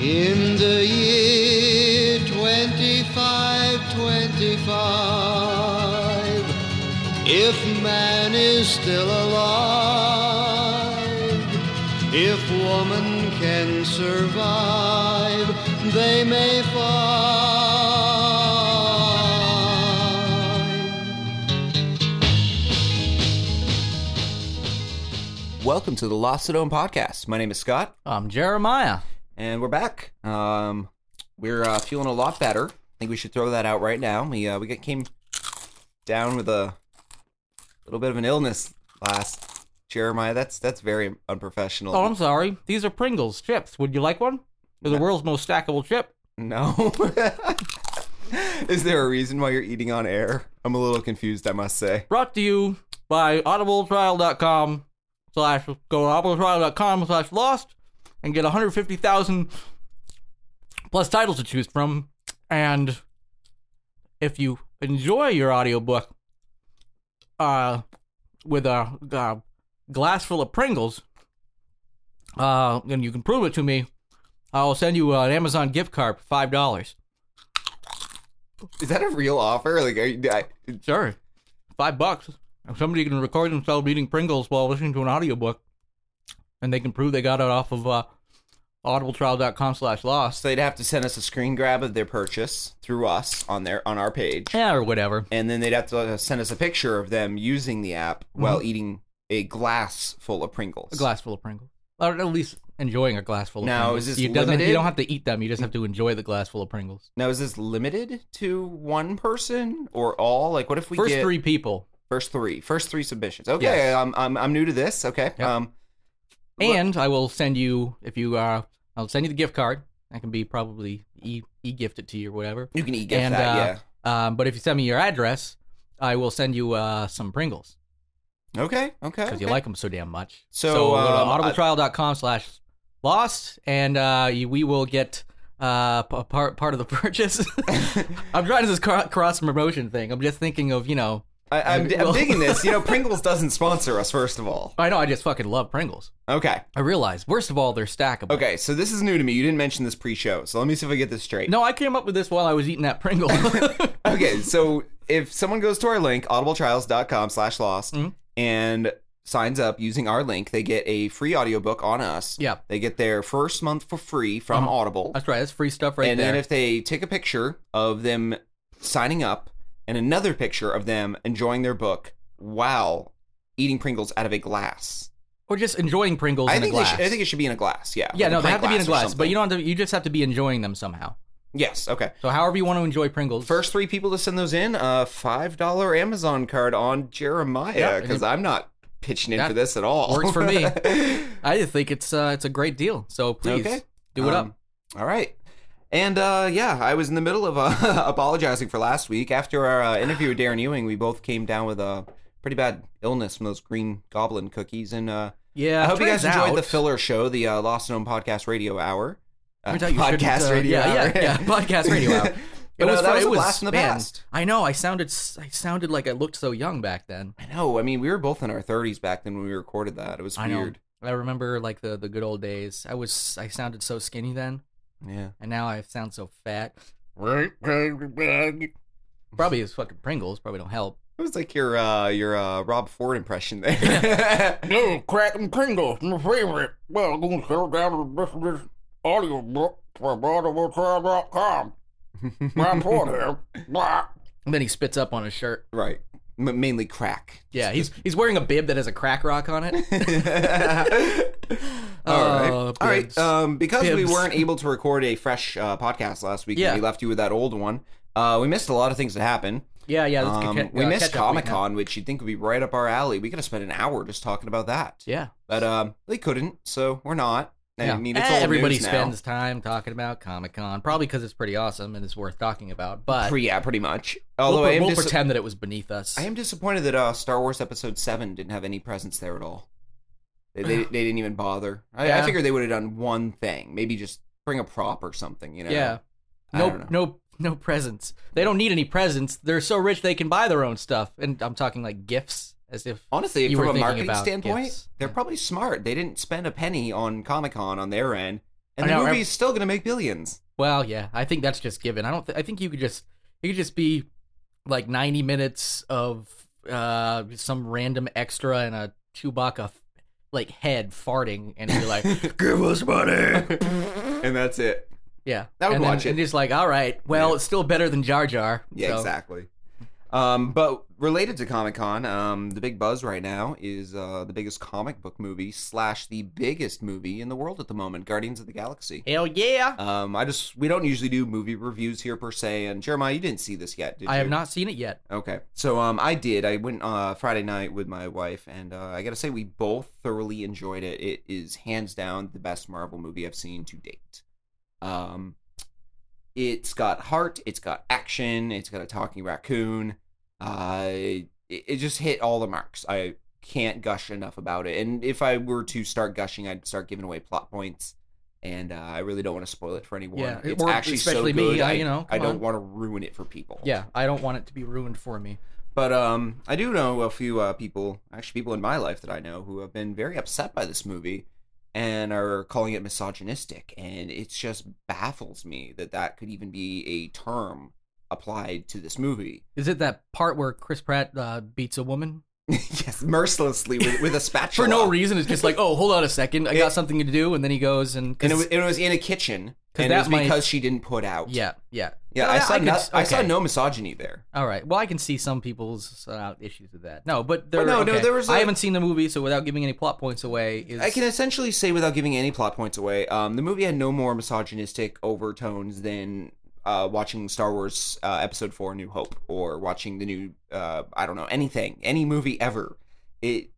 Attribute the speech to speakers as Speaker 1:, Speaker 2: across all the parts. Speaker 1: In the year 2525, if man is still alive, if woman can survive, they may find.
Speaker 2: Welcome to the Lost Sedome podcast. My name is Scott,
Speaker 3: I'm Um, Jeremiah.
Speaker 2: and we're back. Um, we're uh, feeling a lot better. I think we should throw that out right now. We uh, we got, came down with a little bit of an illness last Jeremiah. That's that's very unprofessional.
Speaker 3: Oh, I'm sorry. These are Pringles chips. Would you like one? They're the world's most stackable chip.
Speaker 2: no. Is there a reason why you're eating on air? I'm a little confused, I must say.
Speaker 3: Brought to you by audibletrial.com slash go to audibletrial.com slash lost and get 150,000 plus titles to choose from. And if you enjoy your audiobook uh, with a, uh glass full of Pringles, uh, and you can prove it to me, I'll send you an Amazon gift card for $5.
Speaker 2: Is that a real offer? Like, are you, I,
Speaker 3: Sure. Five bucks. If somebody can record themselves eating Pringles while listening to an audiobook, and they can prove they got it off of uh, audibletrial.com slash lost.
Speaker 2: so they'd have to send us a screen grab of their purchase through us on their on our page.
Speaker 3: Yeah, or whatever.
Speaker 2: and then they'd have to uh, send us a picture of them using the app while eating a glass full of Pringles.
Speaker 3: Mm-hmm. A glass full of Pringles. Or at least enjoying a glass full of
Speaker 2: Now,
Speaker 3: Pringles.
Speaker 2: is this
Speaker 3: you, doesn't-
Speaker 2: limited?
Speaker 3: you don't have to eat them. You just have to enjoy the glass full of Pringles.
Speaker 2: Now, is this limited to one person or all? Like, what if we
Speaker 3: First
Speaker 2: get
Speaker 3: three people.
Speaker 2: first three, first three submissions? Okay,
Speaker 3: Yes.
Speaker 2: I'm, I'm I'm new to this. Okay,
Speaker 3: Yep.
Speaker 2: um, Look-
Speaker 3: And I will send you, if you, uh, I'll send you the gift card. That can be probably e- e-gift it to you or whatever.
Speaker 2: you can eat gift
Speaker 3: And,
Speaker 2: that.
Speaker 3: uh, Um, but if you send me your address, I will send you uh, some Pringles.
Speaker 2: yeah. Okay. Okay.
Speaker 3: because you
Speaker 2: okay.
Speaker 3: like them so damn much.
Speaker 2: So, um,
Speaker 3: go to audibletrial.com slash lost, and uh, you, we will get uh, p- part part of the purchase. I'm trying to this cross promotion thing. I'm just thinking of you know.
Speaker 2: I, I'm,
Speaker 3: maybe-
Speaker 2: I'm
Speaker 3: well-
Speaker 2: digging this. You know, Pringles doesn't sponsor us. First of all.
Speaker 3: I know I just fucking love Pringles.
Speaker 2: Okay.
Speaker 3: I realize. Worst of all, they're stackable.
Speaker 2: Okay. So this is new to me. You didn't mention this pre-show, so let me see if I get this straight.
Speaker 3: No, I came up with this while I was eating that Pringle.
Speaker 2: okay, so if someone goes to our link, audibletrials.com slash lost,
Speaker 3: Mhm.
Speaker 2: and signs up using our link, they get a free audiobook on us.
Speaker 3: Yeah.
Speaker 2: They get their first month for free from
Speaker 3: Uh-huh.
Speaker 2: Audible.
Speaker 3: That's right. That's free stuff right
Speaker 2: and
Speaker 3: there.
Speaker 2: then if they take a picture of them signing up and another picture of them enjoying their book while eating Pringles out of a glass.
Speaker 3: or just enjoying Pringles
Speaker 2: I
Speaker 3: in
Speaker 2: think
Speaker 3: a
Speaker 2: they
Speaker 3: glass.
Speaker 2: should, I think it should be in a glass. Yeah.
Speaker 3: yeah,
Speaker 2: like
Speaker 3: no, they
Speaker 2: pint
Speaker 3: have to be in a
Speaker 2: or
Speaker 3: glass, but
Speaker 2: something.
Speaker 3: you don't. Have to, you just have to be enjoying them somehow.
Speaker 2: Yes, okay.
Speaker 3: So however you want to enjoy Pringles.
Speaker 2: First three people to send those in, a five dollar Amazon card on Jeremiah
Speaker 3: Yeah.
Speaker 2: because I'm not pitching in
Speaker 3: That
Speaker 2: for this at all.
Speaker 3: works for me. I just think it's uh, it's a great deal. So please
Speaker 2: Okay.
Speaker 3: do it
Speaker 2: Um, all right. And uh, yeah, I was in the middle of uh, apologizing for last week. After our uh, interview with Darren Ewing, we both came down with a pretty bad illness from those green goblin cookies. And uh,
Speaker 3: Yeah,
Speaker 2: I hope you
Speaker 3: turns
Speaker 2: guys enjoyed
Speaker 3: out-
Speaker 2: the filler show, the uh, Lost and Known Podcast Radio Hour. Uh,
Speaker 3: turns out you shouldn't,
Speaker 2: podcast
Speaker 3: uh,
Speaker 2: Radio
Speaker 3: yeah,
Speaker 2: Hour.
Speaker 3: Yeah, yeah, podcast radio hour. It
Speaker 2: But, uh, that
Speaker 3: fun.
Speaker 2: was a blast from the past.
Speaker 3: I know. I sounded s- I sounded like I looked so young back then.
Speaker 2: I know. I mean, we were both in our 30s back then when we recorded that. It was
Speaker 3: I know.
Speaker 2: weird.
Speaker 3: I remember like the the good old days. I was I sounded so skinny then,
Speaker 2: Yeah.
Speaker 3: and now I sound so fat. Probably is fucking Pringles. Probably don't help.
Speaker 2: It was like your uh, your uh, Rob Ford impression there.
Speaker 3: No, cracking Pringles, my favorite. Well, I'm gonna sell down this this audio book from audibletrial.com. Brian Ford here. And then he spits up on his shirt.
Speaker 2: right, M- mainly crack.
Speaker 3: Yeah, he's he's wearing a bib that has a crack rock on it.
Speaker 2: all right,
Speaker 3: Uh,
Speaker 2: all right.
Speaker 3: bibs.
Speaker 2: Um, because we
Speaker 3: Bibs.
Speaker 2: weren't able to record a fresh uh, podcast last week, and
Speaker 3: Yeah.
Speaker 2: we left you with that old one. Uh, we missed a lot of things that happened.
Speaker 3: Yeah, yeah. Let's
Speaker 2: Um,
Speaker 3: get-
Speaker 2: we
Speaker 3: uh,
Speaker 2: missed
Speaker 3: catch up
Speaker 2: Comic
Speaker 3: week now.
Speaker 2: Con, which you'd think would be right up our alley. We could have spent an hour just talking about that,
Speaker 3: Yeah,
Speaker 2: but um, they couldn't, so we're not. I
Speaker 3: yeah.
Speaker 2: mean, it's
Speaker 3: Eh,
Speaker 2: all
Speaker 3: everybody
Speaker 2: news now.
Speaker 3: spends time talking about Comic Con, probably because it's pretty awesome and it's worth talking about. But
Speaker 2: Pre- yeah, pretty much.
Speaker 3: Uh, we'll,
Speaker 2: Although I am
Speaker 3: we'll
Speaker 2: dis-
Speaker 3: pretend that it was beneath us.
Speaker 2: I am disappointed that uh, Star Wars Episode Seven didn't have any presence there at all. They they, they didn't even bother. I, I
Speaker 3: Yeah.
Speaker 2: figured they would have done one thing, maybe just bring a prop or something. You know?
Speaker 3: yeah.
Speaker 2: I
Speaker 3: No,
Speaker 2: don't know.
Speaker 3: no, no presents. They don't need any presents. They're so rich they can buy their own stuff. And I'm talking like gifts, as if
Speaker 2: Honestly,
Speaker 3: You were
Speaker 2: from a
Speaker 3: thinking
Speaker 2: marketing
Speaker 3: about
Speaker 2: standpoint,
Speaker 3: gifts.
Speaker 2: they're
Speaker 3: Yeah.
Speaker 2: probably smart. They didn't spend a penny on Comic Con on their end. And
Speaker 3: I
Speaker 2: the
Speaker 3: know,
Speaker 2: movie's
Speaker 3: right?
Speaker 2: still going to make billions.
Speaker 3: Well, yeah, I think that's just given. I don't. Th- I think you could just it could just be like ninety minutes of uh some random extra and a Chewbacca f- like head farting, and you're like,
Speaker 2: Give us money. and that's it.
Speaker 3: yeah,
Speaker 2: That would
Speaker 3: and then-
Speaker 2: watch it.
Speaker 3: And just like, all right, well,
Speaker 2: Yeah.
Speaker 3: it's still better than Jar Jar.
Speaker 2: Yeah,
Speaker 3: so-
Speaker 2: exactly. Um, but related to Comic Con, um, the big buzz right now is uh, the biggest comic book movie slash the biggest movie in the world at the moment, Guardians of the Galaxy.
Speaker 3: Hell yeah!
Speaker 2: Um, I just we don't usually do movie reviews here per se. And Jeremiah, you didn't see this yet, did you?
Speaker 3: I have not seen it yet.
Speaker 2: Okay, so um, I did. I went uh Friday night with my wife, and uh, I gotta say we both thoroughly enjoyed it. It is hands down the best Marvel movie I've seen to date. Um, it's got heart, it's got action, it's got a talking raccoon. Uh, it, it just hit all the marks. I can't gush enough about it. And if I were to start gushing, I'd start giving away plot points. And uh, I really don't want to spoil it for anyone.
Speaker 3: Yeah,
Speaker 2: it's
Speaker 3: or
Speaker 2: actually
Speaker 3: especially
Speaker 2: so
Speaker 3: me,
Speaker 2: good.
Speaker 3: I- you know,
Speaker 2: I
Speaker 3: come
Speaker 2: don't
Speaker 3: on.
Speaker 2: want to ruin it for people.
Speaker 3: Yeah, I don't want it to be ruined for me.
Speaker 2: But um, I do know a few uh, people, actually people in my life that I know, who have been very upset by this movie and are calling it misogynistic, and it just baffles me that that could even be a term applied to this movie.
Speaker 3: Is it that part where Chris Pratt uh, beats a woman
Speaker 2: yes, mercilessly with, with a spatula
Speaker 3: for no reason? It's just like, oh, hold on a second, I
Speaker 2: It-
Speaker 3: got something to do, and then he goes and,
Speaker 2: And it was, and it was in a kitchen,
Speaker 3: 'Cause
Speaker 2: and it
Speaker 3: that
Speaker 2: was
Speaker 3: might-
Speaker 2: because she didn't put out.
Speaker 3: yeah, yeah,
Speaker 2: yeah. I
Speaker 3: Yeah,
Speaker 2: saw
Speaker 3: I could
Speaker 2: no,
Speaker 3: s-
Speaker 2: I saw
Speaker 3: okay.
Speaker 2: no misogyny there.
Speaker 3: All right. Well, I can see some people's uh, issues with that. No, but there.
Speaker 2: But no, no,
Speaker 3: okay.
Speaker 2: there was
Speaker 3: I
Speaker 2: a-
Speaker 3: haven't seen the movie, so without giving any plot points away, is
Speaker 2: I can essentially say without giving any plot points away, um, the movie had no more misogynistic overtones than uh, watching Star Wars uh, Episode Four: New Hope or watching the new uh, I don't know anything, any movie ever. It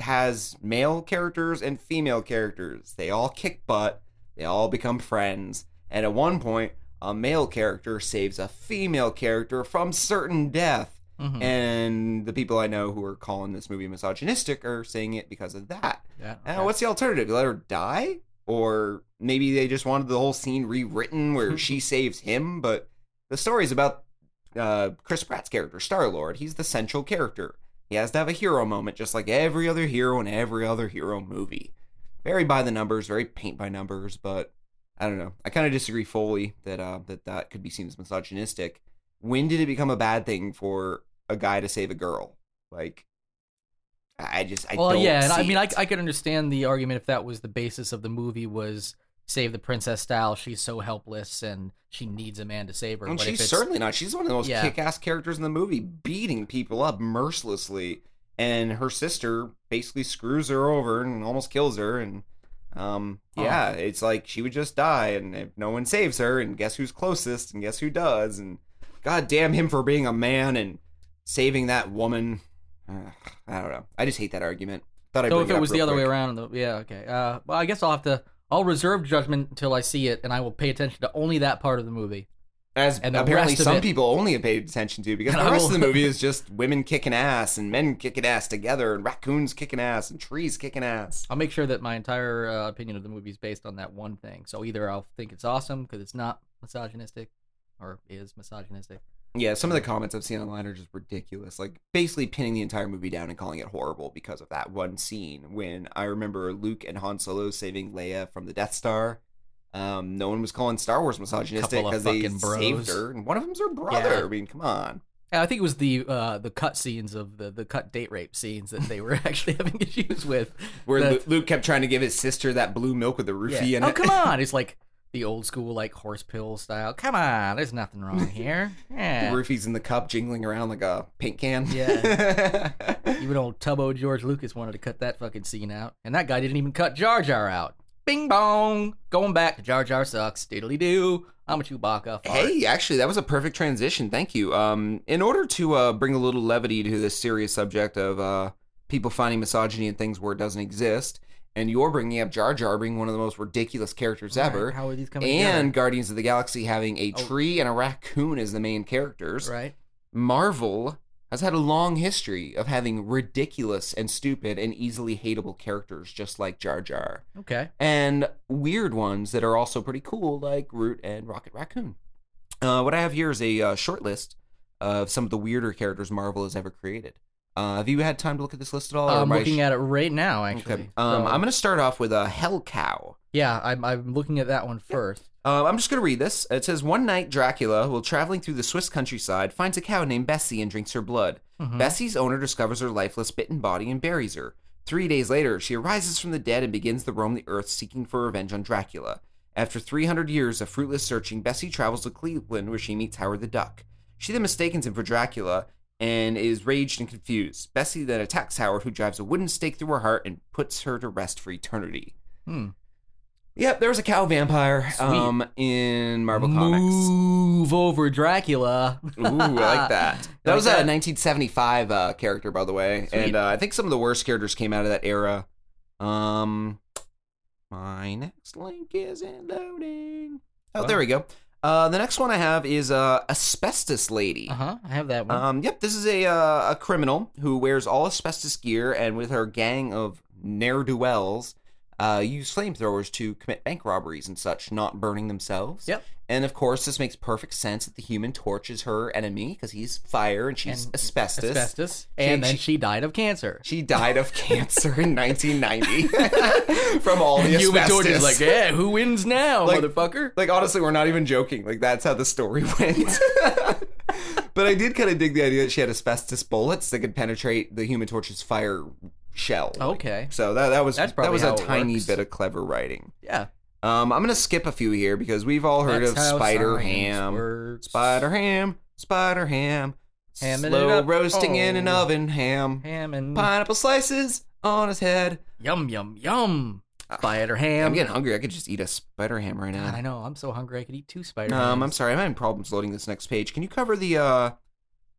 Speaker 2: has male characters and female characters. They all kick butt. They all become friends. And at one point, a male character saves a female character from certain death.
Speaker 3: Mhm.
Speaker 2: And the people I know who are calling this movie misogynistic are saying it because of that.
Speaker 3: Yeah,
Speaker 2: Uh,
Speaker 3: okay.
Speaker 2: what's the alternative? You let her die? Or maybe they just wanted the whole scene rewritten where she saves him, but the story's about uh, Chris Pratt's character, Star Lord. He's the central character. He has to have a hero moment, just like every other hero in every other hero movie. Very by the numbers, very paint by numbers, but I don't know. I kind of disagree fully that uh, that that could be seen as misogynistic. When did it become a bad thing for a guy to save a girl? Like, I I just I
Speaker 3: well,
Speaker 2: don't
Speaker 3: yeah. And I
Speaker 2: see
Speaker 3: mean, I,
Speaker 2: it.
Speaker 3: I could understand the argument if that was the basis of the movie was save the princess style. She's so helpless and she needs a man to save her.
Speaker 2: And
Speaker 3: but if
Speaker 2: she's
Speaker 3: it's-
Speaker 2: certainly not. She's one of the most
Speaker 3: Yeah.
Speaker 2: kick-ass characters in the movie, beating people up mercilessly, and her sister basically screws her over and almost kills her. And um,
Speaker 3: Huh.
Speaker 2: yeah, it's like she would just die, and if no one saves her, and guess who's closest, and guess who does, and god damn him for being a man and saving that woman. Ugh, I don't know. I just hate that argument. Thought I'd
Speaker 3: So
Speaker 2: bring
Speaker 3: if it
Speaker 2: up
Speaker 3: was
Speaker 2: real
Speaker 3: the other
Speaker 2: quick.
Speaker 3: way around, though, yeah, okay. Uh, well, I guess I'll have to. I'll reserve judgment until I see it, and I will pay attention to only that part of the movie.
Speaker 2: As
Speaker 3: And the
Speaker 2: apparently
Speaker 3: rest of
Speaker 2: some
Speaker 3: it-
Speaker 2: people only have paid attention to because
Speaker 3: And
Speaker 2: the
Speaker 3: I
Speaker 2: rest of the
Speaker 3: will-
Speaker 2: movie is just women kicking ass and men kicking ass together and raccoons kicking ass and trees kicking ass.
Speaker 3: I'll make sure that my entire uh, opinion of the movie is based on that one thing. So either I'll think it's awesome because it's not misogynistic, or is misogynistic.
Speaker 2: Yeah, some of the comments I've seen online are just ridiculous. Like basically pinning the entire movie down and calling it horrible because of that one scene when I remember Luke and Han Solo saving Leia from the Death Star. Um, no one was calling Star Wars misogynistic
Speaker 3: Couple of
Speaker 2: because they
Speaker 3: fucking bros.
Speaker 2: saved her, and one of them's her brother.
Speaker 3: Yeah.
Speaker 2: I mean, come on.
Speaker 3: Yeah, I think it was the uh, the cut scenes of the, the cut date rape scenes that they were actually having issues with.
Speaker 2: Where
Speaker 3: That-
Speaker 2: Lu- Luke kept trying to give his sister that blue milk with the
Speaker 3: yeah.
Speaker 2: roofie in
Speaker 3: oh
Speaker 2: it.
Speaker 3: come on! It's like the old school like horse pill style. Come on, there's nothing wrong here.
Speaker 2: The
Speaker 3: Yeah,
Speaker 2: roofies in the cup jingling around like a paint can.
Speaker 3: Yeah. even old Tubbo George Lucas wanted to cut that fucking scene out, and that guy didn't even cut Jar Jar out. Bing bong, going back to Jar Jar sucks. Diddly doo. I'm a Chewbacca. Fart.
Speaker 2: hey, actually, that was a perfect transition. Thank you. Um, in order to uh, bring a little levity to this serious subject of uh, people finding misogyny in things where it doesn't exist, and you're bringing up Jar Jar being one of the most ridiculous characters
Speaker 3: All right,
Speaker 2: ever,
Speaker 3: How are these coming
Speaker 2: and
Speaker 3: together?
Speaker 2: Guardians of the Galaxy having a
Speaker 3: Oh.
Speaker 2: tree and a raccoon as the main characters,
Speaker 3: right?
Speaker 2: Marvel has had a long history of having ridiculous and stupid and easily hateable characters, just like Jar Jar.
Speaker 3: Okay.
Speaker 2: and weird ones that are also pretty cool, like Root and Rocket Raccoon. Uh, what I have here is a uh, short list of some of the weirder characters Marvel has ever created. Uh, have you had time to look at this list at all?
Speaker 3: I'm looking at it right now, actually.
Speaker 2: Okay. Um,
Speaker 3: So,
Speaker 2: I'm going to start off with a hell cow.
Speaker 3: yeah, I'm, I'm looking at that one first.
Speaker 2: Um, I'm just going to read this. It says One night, Dracula, while traveling through the Swiss countryside, finds a cow named Bessie and drinks her blood.
Speaker 3: Mm-hmm.
Speaker 2: Bessie's owner discovers her lifeless, bitten body and buries her. Three days later, she arises from the dead and begins to roam the earth seeking for revenge on Dracula. After 300 years of fruitless searching, Bessie travels to Cleveland where she meets Howard the Duck. She then mistakes him for Dracula and is raged and confused. Bessie then attacks Howard, who drives a wooden stake through her heart and puts her to rest for eternity.
Speaker 3: Hmm.
Speaker 2: Yep, there was a cow vampire
Speaker 3: Sweet.
Speaker 2: um, in Marvel
Speaker 3: Move over Dracula.
Speaker 2: Comics. Ooh, I like that. Uh, That
Speaker 3: like
Speaker 2: was
Speaker 3: that?
Speaker 2: a 1975 uh, character, by the way,
Speaker 3: Sweet.
Speaker 2: and uh, I think some of the worst characters came out of that era. Um, my next link isn't loading. Oh, there we go. Uh, the next one I have is uh, asbestos lady.
Speaker 3: Uh huh. I have that one.
Speaker 2: Um, yep, this is a uh, a criminal who wears all asbestos gear and with her gang of ne'er do wells, uh, use flamethrowers to commit bank robberies and such, not burning themselves.
Speaker 3: Yep.
Speaker 2: And of course, this makes perfect sense that the human torch is her enemy because he's fire and she's
Speaker 3: And
Speaker 2: asbestos.
Speaker 3: Asbestos.
Speaker 2: She-
Speaker 3: and then
Speaker 2: she-
Speaker 3: she died of cancer.
Speaker 2: She died of cancer in 1990 from all the
Speaker 3: Human
Speaker 2: asbestos.
Speaker 3: Torch is like, yeah, who wins now,
Speaker 2: Like-
Speaker 3: motherfucker?
Speaker 2: Like honestly, we're not even joking. Like that's how the story went. but I did kind of dig the idea that she had asbestos bullets that could penetrate the Human Torch's fire shell. Like,
Speaker 3: Okay.
Speaker 2: so that that was
Speaker 3: That's
Speaker 2: that was
Speaker 3: probably
Speaker 2: a
Speaker 3: how it
Speaker 2: tiny
Speaker 3: works.
Speaker 2: bit of clever writing.
Speaker 3: Yeah.
Speaker 2: Um, I'm gonna skip a few here because we've all heard
Speaker 3: That's
Speaker 2: of
Speaker 3: how
Speaker 2: Spider
Speaker 3: science
Speaker 2: Ham,
Speaker 3: works.
Speaker 2: Spider Ham, Spider Ham,
Speaker 3: Hamming it
Speaker 2: slow
Speaker 3: up.
Speaker 2: roasting in an
Speaker 3: Oh.
Speaker 2: oven ham,
Speaker 3: Ham and
Speaker 2: pineapple slices on his head.
Speaker 3: yum yum yum.
Speaker 2: Ah,
Speaker 3: Spider ham.
Speaker 2: I'm getting hungry. I could just eat a Spider Ham right now.
Speaker 3: God, I know. I'm so hungry. I could eat two spider.
Speaker 2: Um, I'm
Speaker 3: hams.
Speaker 2: sorry, I'm having problems loading this next page. Can you cover the uh,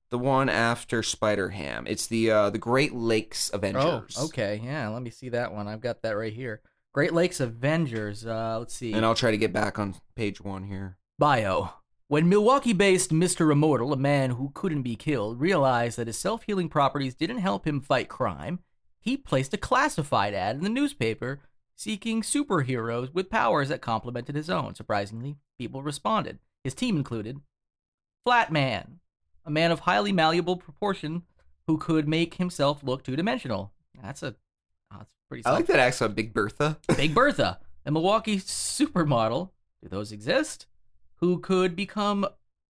Speaker 2: the one after Spider Ham? It's the uh, the Great Lakes Avengers.
Speaker 3: Oh, okay. Yeah. Let me see that one. I've got that right here. Great Lakes Avengers. Uh, let's see.
Speaker 2: And I'll try to get back on page one here.
Speaker 3: Bio. When Milwaukee based Mr. Immortal, a man who couldn't be killed, realized that his self healing properties didn't help him fight crime, he placed a classified ad in the newspaper seeking superheroes with powers that complemented his own. Surprisingly, people responded, his team included. Flatman, a man of highly malleable proportion who could make himself look two dimensional. That's a oh, that's pretty
Speaker 2: I
Speaker 3: solid.
Speaker 2: like that accent, Big Bertha.
Speaker 3: Big Bertha, a Milwaukee supermodel. Do those exist? Who could become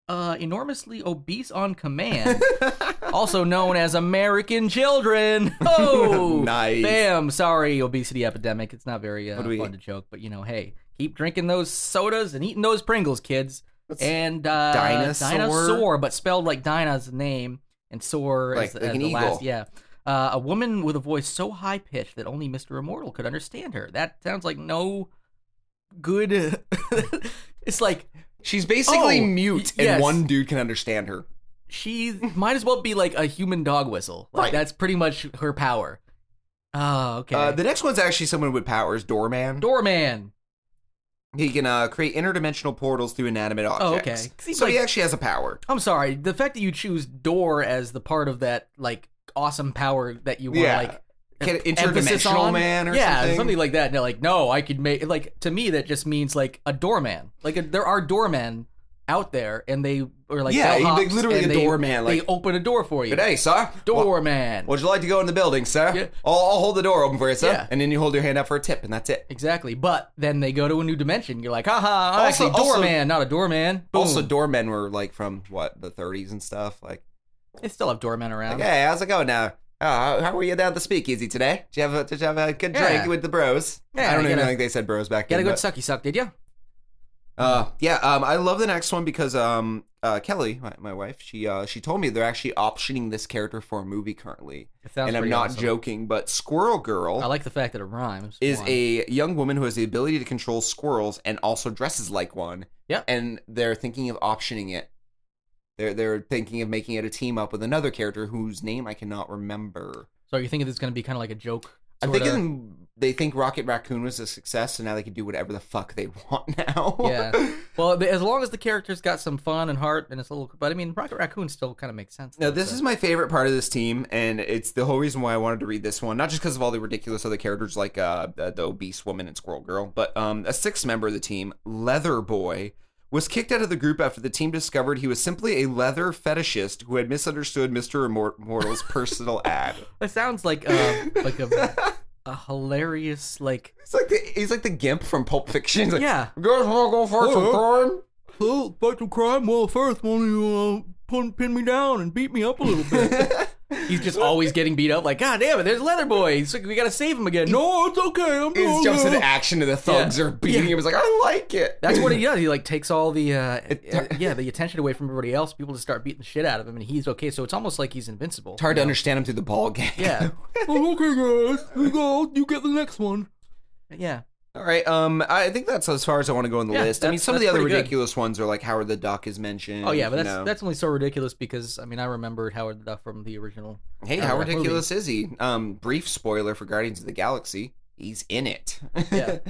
Speaker 3: uh, enormously obese on command, also known as American children. Oh,
Speaker 2: Nice.
Speaker 3: Bam! Sorry, obesity epidemic. It's not very uh,
Speaker 2: What do we-
Speaker 3: fun to joke, but you know, hey, keep drinking those sodas and eating those Pringles, kids. and uh,
Speaker 2: Dinosaur?
Speaker 3: dinosaur, but spelled like Dinah's name, and soar
Speaker 2: Like-
Speaker 3: as, the-
Speaker 2: like
Speaker 3: as
Speaker 2: an
Speaker 3: the
Speaker 2: eagle.
Speaker 3: last. Yeah, uh, a woman with a voice so high pitched that only Mister Immortal could understand her. That sounds like no good. it's like
Speaker 2: She's basically
Speaker 3: Oh,
Speaker 2: mute,
Speaker 3: y- yes.
Speaker 2: and one dude can understand her.
Speaker 3: she might as well be like a human dog whistle. Like
Speaker 2: Right.
Speaker 3: that's pretty much her power. Oh, okay.
Speaker 2: Uh, the next one's actually someone with powers, Doorman.
Speaker 3: doorman.
Speaker 2: he can uh, create interdimensional portals through inanimate
Speaker 3: Oh,
Speaker 2: objects.
Speaker 3: okay. 'Cause he's
Speaker 2: So he
Speaker 3: like-
Speaker 2: actually has a power.
Speaker 3: I'm sorry. The fact that you choose door as the part of that like awesome power that you want
Speaker 2: Yeah.
Speaker 3: like
Speaker 2: Can,
Speaker 3: emphasis
Speaker 2: interdimensional
Speaker 3: on-
Speaker 2: man or
Speaker 3: yeah,
Speaker 2: something.
Speaker 3: like that. No, like no, I could make like to me that just means like a doorman. Like there are doormen out there, and they are like
Speaker 2: Yeah,
Speaker 3: bellhops,
Speaker 2: like, literally
Speaker 3: and
Speaker 2: a
Speaker 3: they-
Speaker 2: doorman, like-
Speaker 3: they open a door for you.
Speaker 2: Good day, sir. Wha-
Speaker 3: doorman.
Speaker 2: Would you like to go in the building, sir?
Speaker 3: Yeah.
Speaker 2: I'll, I'll hold the door open for you, sir.
Speaker 3: Yeah.
Speaker 2: And then you hold your hand up for a tip, and that's it.
Speaker 3: Exactly, but then they go to a new dimension. You're like, haha, I'm
Speaker 2: Also-
Speaker 3: actually a
Speaker 2: also-
Speaker 3: doorman, not a doorman. Boom.
Speaker 2: Also, doormen were like from what the 30s and stuff. Like,
Speaker 3: they still have doormen
Speaker 2: like
Speaker 3: around.
Speaker 2: hey, how's it going now? Oh, how, how were you down at the speakeasy today? Did you have a, did you have a good drink
Speaker 3: Yeah.
Speaker 2: with the bros?
Speaker 3: Yeah,
Speaker 2: I don't
Speaker 3: you
Speaker 2: even
Speaker 3: gotta-
Speaker 2: think they said bros back
Speaker 3: Got a
Speaker 2: then.
Speaker 3: good
Speaker 2: but-
Speaker 3: sucky suck, did you?
Speaker 2: uh, yeah, um, I love the next one because um, uh, Kelly, my, my wife, she uh, she told me they're actually optioning this character for a movie currently,
Speaker 3: It sounds
Speaker 2: and I'm
Speaker 3: pretty
Speaker 2: not
Speaker 3: awesome.
Speaker 2: joking. But Squirrel Girl,
Speaker 3: I like the fact that it rhymes.
Speaker 2: is
Speaker 3: One.
Speaker 2: a young woman who has the ability to control squirrels and also dresses like one.
Speaker 3: Yep.
Speaker 2: And they're thinking of optioning it. They're they're thinking of making it a team up with another character whose name I cannot remember.
Speaker 3: so you think it's going to be kind of like a joke?
Speaker 2: I'm
Speaker 3: sorta?
Speaker 2: thinking they think Rocket Raccoon was a success, so now they can do whatever the fuck they want now.
Speaker 3: Yeah. Well, th- as long as the character's got some fun and heart and it's a little, but I mean, Rocket Raccoon still kind of makes sense.
Speaker 2: Now
Speaker 3: though,
Speaker 2: this
Speaker 3: so.
Speaker 2: is my favorite part of this team, and it's the whole reason why I wanted to read this one. Not just because of all the ridiculous other characters like uh, the, the obese woman and Squirrel Girl, but um, a sixth member of the team, Leather Boy, was kicked out of the group after the team discovered he was simply a leather fetishist who had misunderstood Mr. Immor- Immortal's personal ad.
Speaker 3: That sounds like a, like a, a hilarious like
Speaker 2: He's like the he's like the Gimp from Pulp Fiction. He's like,
Speaker 3: yeah.
Speaker 2: "You guys wanna go fight some crime?"
Speaker 4: Oh, fight some crime? Well, first, why don't you uh, pin, pin me down and beat me up a little bit?
Speaker 3: He's just always getting beat up. Like God damn it, there's Leather Boy. He's like, we gotta save him again.
Speaker 4: no, it's okay. I'm
Speaker 2: He
Speaker 4: doing
Speaker 2: just jumps
Speaker 4: it.
Speaker 2: into action and the thugs
Speaker 3: Yeah.
Speaker 2: are beating him. He's like, "I like it."
Speaker 3: That's what he does. He like takes all the uh, uh, yeah the attention away from everybody else. People just start beating the shit out of him, and he's okay. So it's almost like he's invincible.
Speaker 2: It's hard to understand him through the ball game.
Speaker 3: Yeah,
Speaker 4: oh, okay, guys. You go. You get the next one.
Speaker 3: yeah.
Speaker 2: All right. Um, I think that's as far as I want to go in the
Speaker 3: Yeah,
Speaker 2: list. I mean,
Speaker 3: that's-
Speaker 2: some of the
Speaker 3: that's
Speaker 2: other
Speaker 3: pretty good.
Speaker 2: ridiculous ones are like Howard the Duck is mentioned.
Speaker 3: Oh yeah, but
Speaker 2: you
Speaker 3: that's
Speaker 2: know.
Speaker 3: that's only so ridiculous because I mean I remembered Howard the Duck from the original.
Speaker 2: hey,
Speaker 3: uh,
Speaker 2: how
Speaker 3: that
Speaker 2: ridiculous is he? Um, brief spoiler for Guardians of the Galaxy: he's in it.
Speaker 3: Yeah.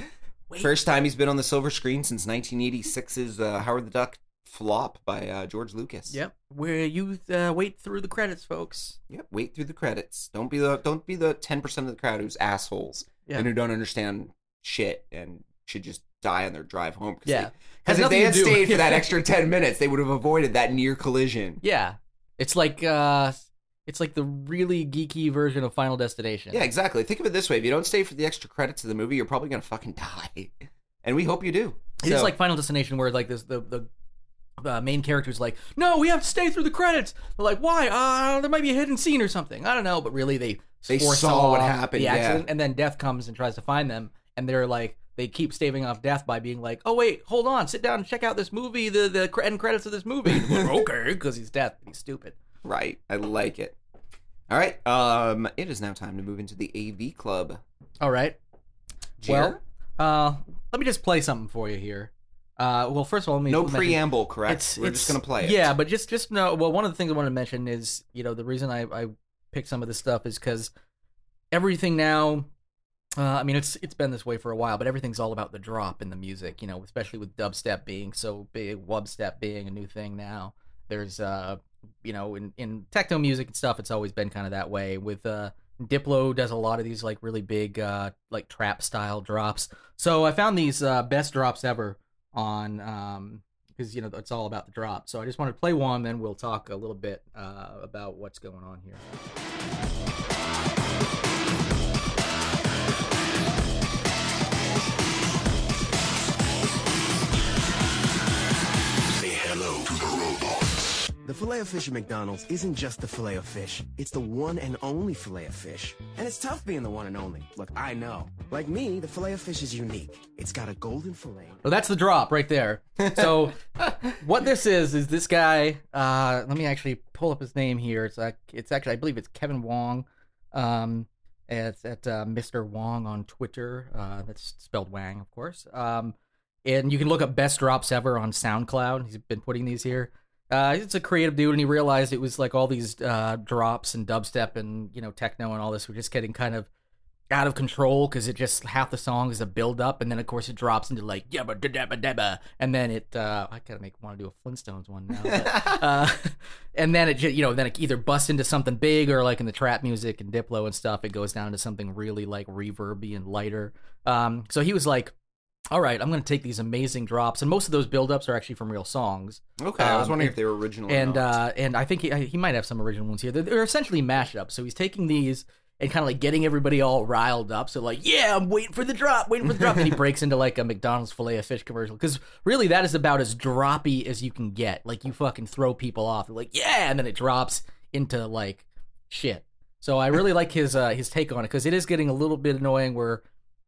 Speaker 2: First time he's been on the silver screen since 1986's uh, Howard the Duck flop by uh, George Lucas.
Speaker 3: Yep, where you uh, wait through the credits, folks.
Speaker 2: Yep. Wait through the credits. Don't be the don't be the 10 percent of the crowd who's assholes
Speaker 3: Yeah.
Speaker 2: and who don't understand shit and should just die on their drive home. 'cause
Speaker 3: Yeah.
Speaker 2: they- Because
Speaker 3: Has
Speaker 2: if they
Speaker 3: nothing
Speaker 2: had
Speaker 3: to do-
Speaker 2: stayed for that extra 10 minutes, they would have avoided that near collision.
Speaker 3: Yeah, it's like uh, it's like the really geeky version of Final Destination.
Speaker 2: Yeah, exactly. Think of it this way: if you don't stay for the extra credits of the movie, you're probably gonna fucking die, and we hope you do.
Speaker 3: It's
Speaker 2: So-
Speaker 3: like Final Destination, where like this the the uh, main character's like, "No, we have to stay through the credits." They're like, "Why? Uh, there might be a hidden scene or something." I don't know, but really they
Speaker 2: They
Speaker 3: foresaw
Speaker 2: saw what happened,
Speaker 3: the
Speaker 2: yeah.
Speaker 3: accident, and then Death comes and tries to find them, and they're like, they keep staving off Death by being like, "Oh wait, hold on, sit down and check out this movie, the the cre- end credits of this movie." And we're, okay, because he's Death, he's stupid.
Speaker 2: right. I like it. All right. Um, it is now time to move into the AV club.
Speaker 3: All right.
Speaker 2: Well,
Speaker 3: Well, uh, let me just play something for you here. Uh, well, first of all, let me
Speaker 2: no
Speaker 3: mention-
Speaker 2: preamble, correct? We're just gonna play it.
Speaker 3: Yeah, but just just know. Well, one of the things I want to mention is you know the reason I I picked some of this stuff is because everything now. Uh, I mean, it's it's been this way for a while, but everything's all about the drop in the music, you know, especially with dubstep being so big, wubstep being a new thing now. There's, uh, you know, in in techno music and stuff, it's always been kind of that way. With uh, Diplo does a lot of these like really big, uh, like trap style drops. So I found these uh, best drops ever on um, because you know it's all about the drop. So I just wanted to play one, then we'll talk a little bit uh, about what's going on here.
Speaker 5: The filet of fish at McDonald's isn't just the filet of fish. It's the one and only filet of fish. And it's tough being the one and only. Look, I know. Like me, the filet of fish is unique. It's got a golden filet.
Speaker 3: Well, Oh, that's the drop right there. So what this is is this guy. Uh, let me actually pull up his name here. It's like it's actually I believe it's Kevin Wong. Um, and it's at uh, Mr. Wong on Twitter. Uh, that's spelled Wang, of course. Um, and you can look up best drops ever on SoundCloud. He's been putting these here. Uh, it's a creative dude, and he realized it was like all these uh, drops and dubstep and you know techno and all this were just getting kind of out of control because it just half the song is a build up, and then of course it drops into like yabba da dabba dabba, and then it uh, I kind of make want to do a Flintstones one now, but, uh, and then it ju- you know then it either busts into something big or like in the trap music and Diplo and stuff, it goes down to something really like reverby and lighter. Um, so he was like, all right, I'm gonna take these amazing drops, and most of those build ups are actually from real songs.
Speaker 2: Okay. I was
Speaker 3: Um,
Speaker 2: wondering
Speaker 3: and-
Speaker 2: if they were original. or
Speaker 3: And
Speaker 2: not.
Speaker 3: uh, and I think he, he might have some original ones here. They're, they're essentially mashups. So he's taking these and kind of like getting everybody all riled up. So like, yeah, I'm waiting for the drop, waiting for the drop. and he breaks into like a McDonald's filet of fish commercial because really that is about as droppy as you can get. Like you fucking throw people off. They're like, yeah, and then it drops into like shit. So I really like his uh, his take on it because it is getting a little bit annoying where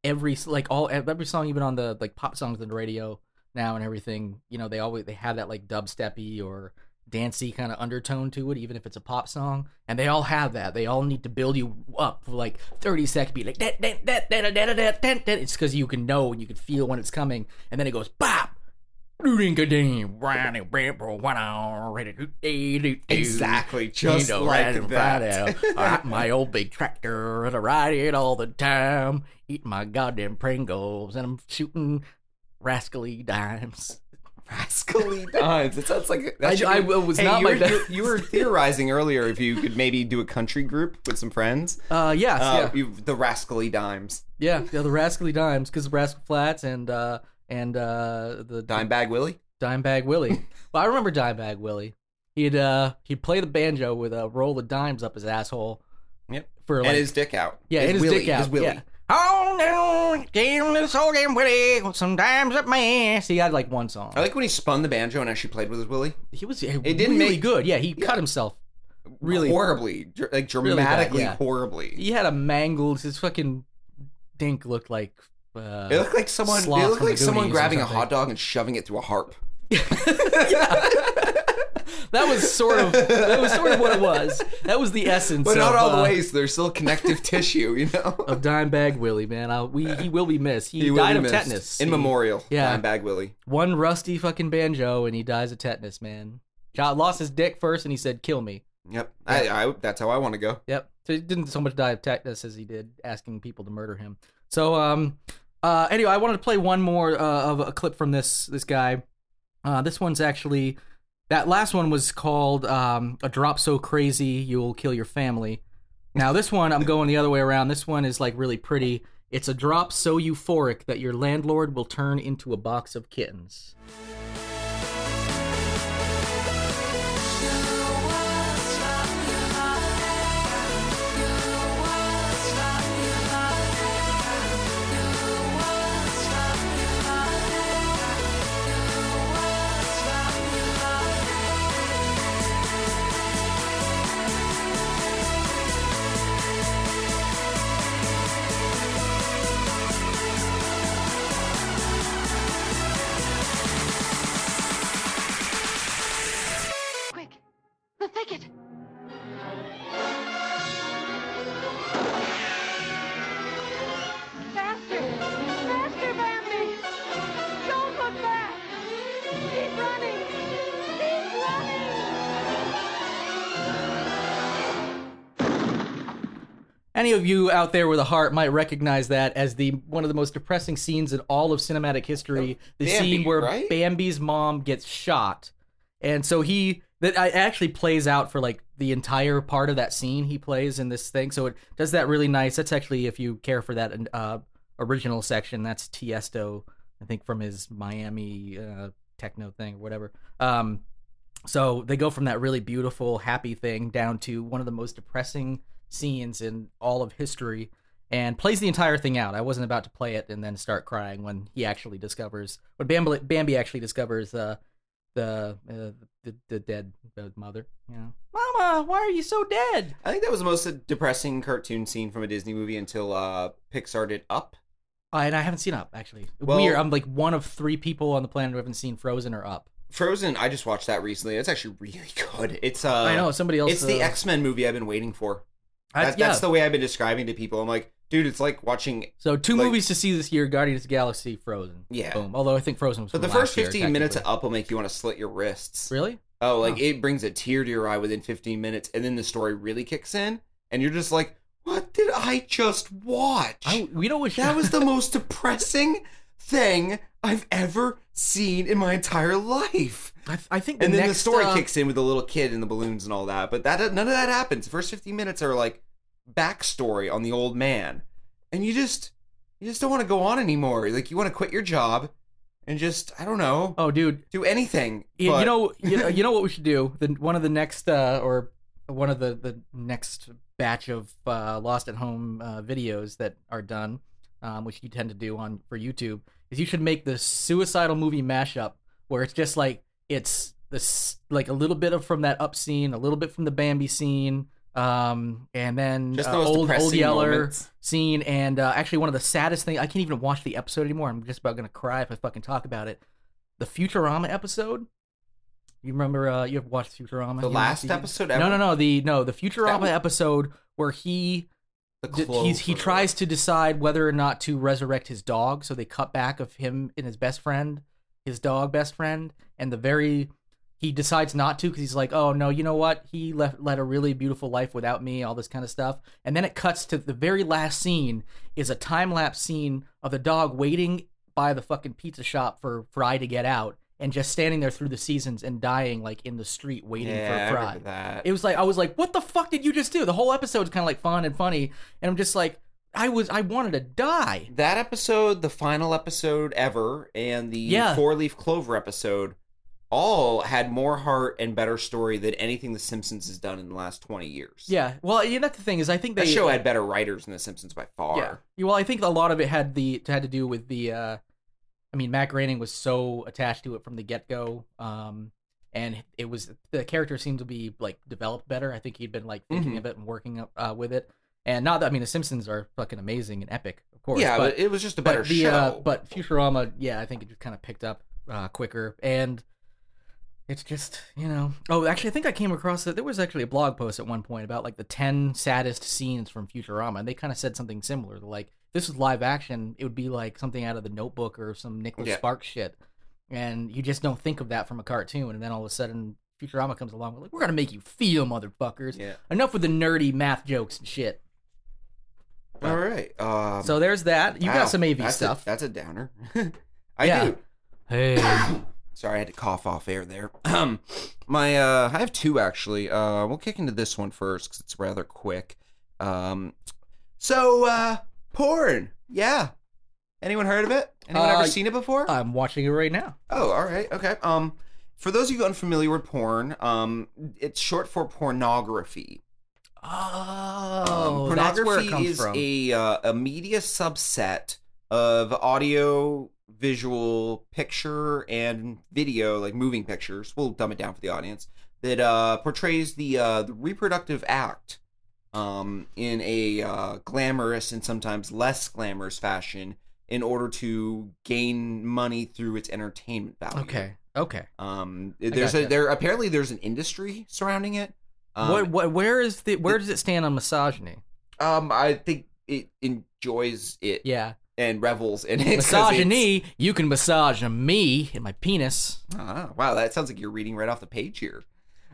Speaker 3: every like all every song even on the like pop songs on the radio now and everything you know they always they have that like dubsteppy or dancey kind of undertone to it even if it's a pop song and they all have that they all need to build you up for like 30 seconds be like that that that that that that that that it's because you can know and you can feel when it's coming and then it goes bop exactly
Speaker 2: exactly just
Speaker 3: you know,
Speaker 2: like
Speaker 3: riding
Speaker 2: that.
Speaker 3: Friday. I got my old big tractor and I ride it all the time. Eat my goddamn Pringles and I'm shooting rascally dimes.
Speaker 2: Rascally dimes. It sounds like that
Speaker 3: I-
Speaker 2: should be-
Speaker 3: I was
Speaker 2: Hey,
Speaker 3: not
Speaker 2: you
Speaker 3: my
Speaker 2: were,
Speaker 3: best-
Speaker 2: you were theorizing earlier if you could maybe do a country group with some friends.
Speaker 3: Uh, yes,
Speaker 2: Uh,
Speaker 3: yeah,
Speaker 2: you, the Rascally Dimes,
Speaker 3: yeah, yeah, the rascally dimes because Rascal Flats and uh and uh the
Speaker 2: Dimebag Willie.
Speaker 3: Dimebag Willie. well, I remember Dimebag Willie. He'd uh he'd play the banjo with a roll of dimes up his asshole
Speaker 2: Yep.
Speaker 3: for like
Speaker 2: and his dick out.
Speaker 3: yeah,
Speaker 2: his,
Speaker 3: and his
Speaker 2: willy,
Speaker 3: dick out.
Speaker 2: His willy.
Speaker 3: Yeah. Oh no, game this whole game Willie with some dimes up my ass. He had like one song.
Speaker 2: I like when he spun the banjo and actually played with his willy.
Speaker 3: He was
Speaker 2: didn't
Speaker 3: really
Speaker 2: make-
Speaker 3: good. Yeah, he cut himself. Really,
Speaker 2: horribly, dr- like
Speaker 3: Really bad,
Speaker 2: dramatically
Speaker 3: yeah.
Speaker 2: horribly.
Speaker 3: he had a mangled. His fucking dink looked like. Uh,
Speaker 2: It looked like someone. It
Speaker 3: Sloth
Speaker 2: looked
Speaker 3: from the
Speaker 2: like someone
Speaker 3: Goonies or
Speaker 2: grabbing a
Speaker 3: something.
Speaker 2: hot dog and shoving it through a harp.
Speaker 3: that was sort of that was sort of what it was. That was the essence.
Speaker 2: But not
Speaker 3: of,
Speaker 2: all the
Speaker 3: uh,
Speaker 2: ways. There's still connective tissue, you know.
Speaker 3: of Dimebag Willie, man. I, we he will be missed. He,
Speaker 2: will
Speaker 3: died
Speaker 2: be
Speaker 3: of
Speaker 2: missed.
Speaker 3: tetanus
Speaker 2: in
Speaker 3: He-
Speaker 2: memorial.
Speaker 3: Yeah.
Speaker 2: Dimebag Willie.
Speaker 3: One rusty fucking banjo, and he dies of tetanus, man. Got lost his dick first, and he said, "Kill me."
Speaker 2: Yep. I, I, that's how I want to go.
Speaker 3: Yep. So he didn't so much die of tetanus as he did asking people to murder him. So um, uh, anyway, I wanted to play one more uh, of a clip from this this guy. Uh, this one's actually that last one was called um, "A Drop So Crazy You'll Kill Your Family." Now this one I'm going the other way around. This one is like really pretty. It's a drop so euphoric that your landlord will turn into a box of kittens.
Speaker 6: Quick! The thicket! Faster! Faster, Bambi! Don't look back! Keep running! Keep running!
Speaker 3: Any of you out there with a heart might recognize that as the one of the most depressing scenes in all of cinematic history. The
Speaker 2: Oh, Bambi,
Speaker 3: scene where
Speaker 2: right?
Speaker 3: Bambi's mom gets shot, and so he that I- actually plays out for like the entire part of that scene he plays in this thing. So it does that really nice. That's actually if you care for that uh, original section, that's Tiesto, I think from his Miami uh, techno thing or whatever. Um, so they go from that really beautiful, happy thing down to one of the most depressing scenes in all of history and plays the entire thing out. I wasn't about to play it and then start crying when he actually discovers, when Bambi, Bambi actually discovers uh, the, uh, the the dead the mother. You know, Mama, why are you so dead?
Speaker 2: I think that was the most depressing cartoon scene from a Disney movie until uh, Pixar did Up.
Speaker 3: Uh, and I haven't seen Up actually.
Speaker 2: Well-
Speaker 3: Weird. I'm like one of three people on the planet who haven't seen Frozen or Up.
Speaker 2: Frozen. I just watched that recently. It's actually really good. It's uh,
Speaker 3: I know somebody else.
Speaker 2: It's the
Speaker 3: uh,
Speaker 2: X Men movie I've been waiting for.
Speaker 3: I-
Speaker 2: That,
Speaker 3: yeah.
Speaker 2: That's the way I've been describing to people. I'm like, dude, it's like watching
Speaker 3: So two
Speaker 2: like-
Speaker 3: movies to see this year: Guardians of the Galaxy, Frozen.
Speaker 2: Yeah.
Speaker 3: Boom. Although I think Frozen was.
Speaker 2: But the
Speaker 3: from
Speaker 2: first
Speaker 3: last year,
Speaker 2: 15 minutes of
Speaker 3: technically.
Speaker 2: Up will make you want to slit your wrists.
Speaker 3: Really?
Speaker 2: Oh, like it brings a tear to your eye within 15 minutes, and then the story really kicks in, and you're just like, what did I just watch?
Speaker 3: I, we don't wish
Speaker 2: that was the most depressing thing I've ever seen in my entire life.
Speaker 3: I, th- I think.
Speaker 2: And then
Speaker 3: next,
Speaker 2: the story
Speaker 3: uh,
Speaker 2: kicks in with the little kid and the balloons and all that, but that none of that happens. The first 15 minutes are like backstory on the old man, and you just you just don't want to go on anymore. Like you want to quit your job and just I don't know
Speaker 3: Oh, dude.
Speaker 2: do anything.
Speaker 3: You,
Speaker 2: but-
Speaker 3: you know. You know. You know what we should do? The one of the next, uh, or one of the the next batch of uh, Lost at Home uh, videos that are done, um, which you tend to do on for YouTube, is you should make the suicidal movie mashup where it's just like it's this like a little bit of from that up scene, a little bit from the Bambi scene, um, and then
Speaker 2: Just
Speaker 3: uh,
Speaker 2: those
Speaker 3: old old
Speaker 2: depressing
Speaker 3: Yeller
Speaker 2: moments.
Speaker 3: scene, and uh, actually one of the saddest things. I can't even watch the episode anymore. I'm just about gonna cry if I fucking talk about it. The Futurama episode. You remember? Uh, you have watched Futurama?
Speaker 2: The
Speaker 3: You
Speaker 2: last
Speaker 3: haven't seen it?
Speaker 2: episode
Speaker 3: No,
Speaker 2: ever?
Speaker 3: no, no. The no, the Futurama
Speaker 2: one-
Speaker 3: episode where he
Speaker 2: the
Speaker 3: d- he's, he
Speaker 2: clover.
Speaker 3: tries to decide whether or not to resurrect his dog. So they cut back of him and his best friend, his dog best friend, and the very he decides not to because he's like, oh no, you know what? He left led a really beautiful life without me, all this kind of stuff. And then it cuts to the very last scene is a time lapse scene of the dog waiting by the fucking pizza shop for Fry to get out. And just standing there through the seasons and dying like in the street waiting
Speaker 2: yeah, I
Speaker 3: for Fry.
Speaker 2: remember that.
Speaker 3: It was like I was like, "What the fuck did you just do?" The whole episode is kind of like fun and funny, and I'm just like, I was I wanted to die.
Speaker 2: that episode, the final episode ever, and the
Speaker 3: Yeah.
Speaker 2: four leaf clover episode all had more heart and better story than anything The Simpsons has done in the last 20 years.
Speaker 3: Yeah. Well, you know, that's the thing is, I think they uh,
Speaker 2: That show had better writers than The Simpsons by far.
Speaker 3: Yeah. Well, I think a lot of it had the had to do with the. Uh, I mean, Matt Groening was so attached to it from the get go, um, and it was the character seemed to be like developed better. I think he'd been like thinking
Speaker 2: Mhm.
Speaker 3: of it and working up, uh, with it, and not that I mean, The Simpsons are fucking amazing and epic, of course.
Speaker 2: yeah,
Speaker 3: but
Speaker 2: but, it was just a better
Speaker 3: but the,
Speaker 2: show.
Speaker 3: Uh, but Futurama, yeah, I think it just kind of picked up uh, quicker, and it's just you know. Oh, actually, I think I came across that there was actually a blog post at one point about like the ten saddest scenes from Futurama, and they kind of said something similar. Like if this was live action, it would be like something out of The Notebook or some Nicholas
Speaker 2: Yeah.
Speaker 3: Sparks shit, and you just don't think of that from a cartoon, and then all of a sudden. Futurama comes along, we're like, we're gonna make you feel, motherfuckers.
Speaker 2: Yeah.
Speaker 3: Enough with the nerdy math jokes and shit.
Speaker 2: all right. Um,
Speaker 3: So there's that. You
Speaker 2: wow,
Speaker 3: got some AV
Speaker 2: that's a-
Speaker 3: stuff.
Speaker 2: that's a downer. I
Speaker 3: Yeah.
Speaker 2: do.
Speaker 4: Hey.
Speaker 2: Sorry, I had to cough off air there. Um, my uh, I have two actually. Uh, we'll kick into this one first because it's rather quick. Um, so uh, porn, yeah. Anyone heard of it? Anyone
Speaker 3: Uh,
Speaker 2: ever seen it before?
Speaker 3: I'm watching it right now.
Speaker 2: oh, all right, okay. Um, for those of you unfamiliar with porn, um, it's short for pornography.
Speaker 3: Oh,
Speaker 2: Um, pornography
Speaker 3: that's where it comes
Speaker 2: is
Speaker 3: from.
Speaker 2: a uh, a media subset of audio, visual, picture, and video, like moving pictures. We'll dumb it down for the audience that uh, portrays the uh, the reproductive act um, in a uh, glamorous and sometimes less glamorous fashion in order to gain money through its entertainment value.
Speaker 3: okay, okay.
Speaker 2: Um, there's a,
Speaker 3: gotcha.
Speaker 2: there apparently there's an industry surrounding it. Um,
Speaker 3: what, what, where is the where does it stand on misogyny?
Speaker 2: um, I think it enjoys it
Speaker 3: Yeah,
Speaker 2: and revels in it. 'cause it's-
Speaker 3: misogyny. You can massage me and my penis.
Speaker 2: Ah, wow, that sounds like you're reading right off the page here.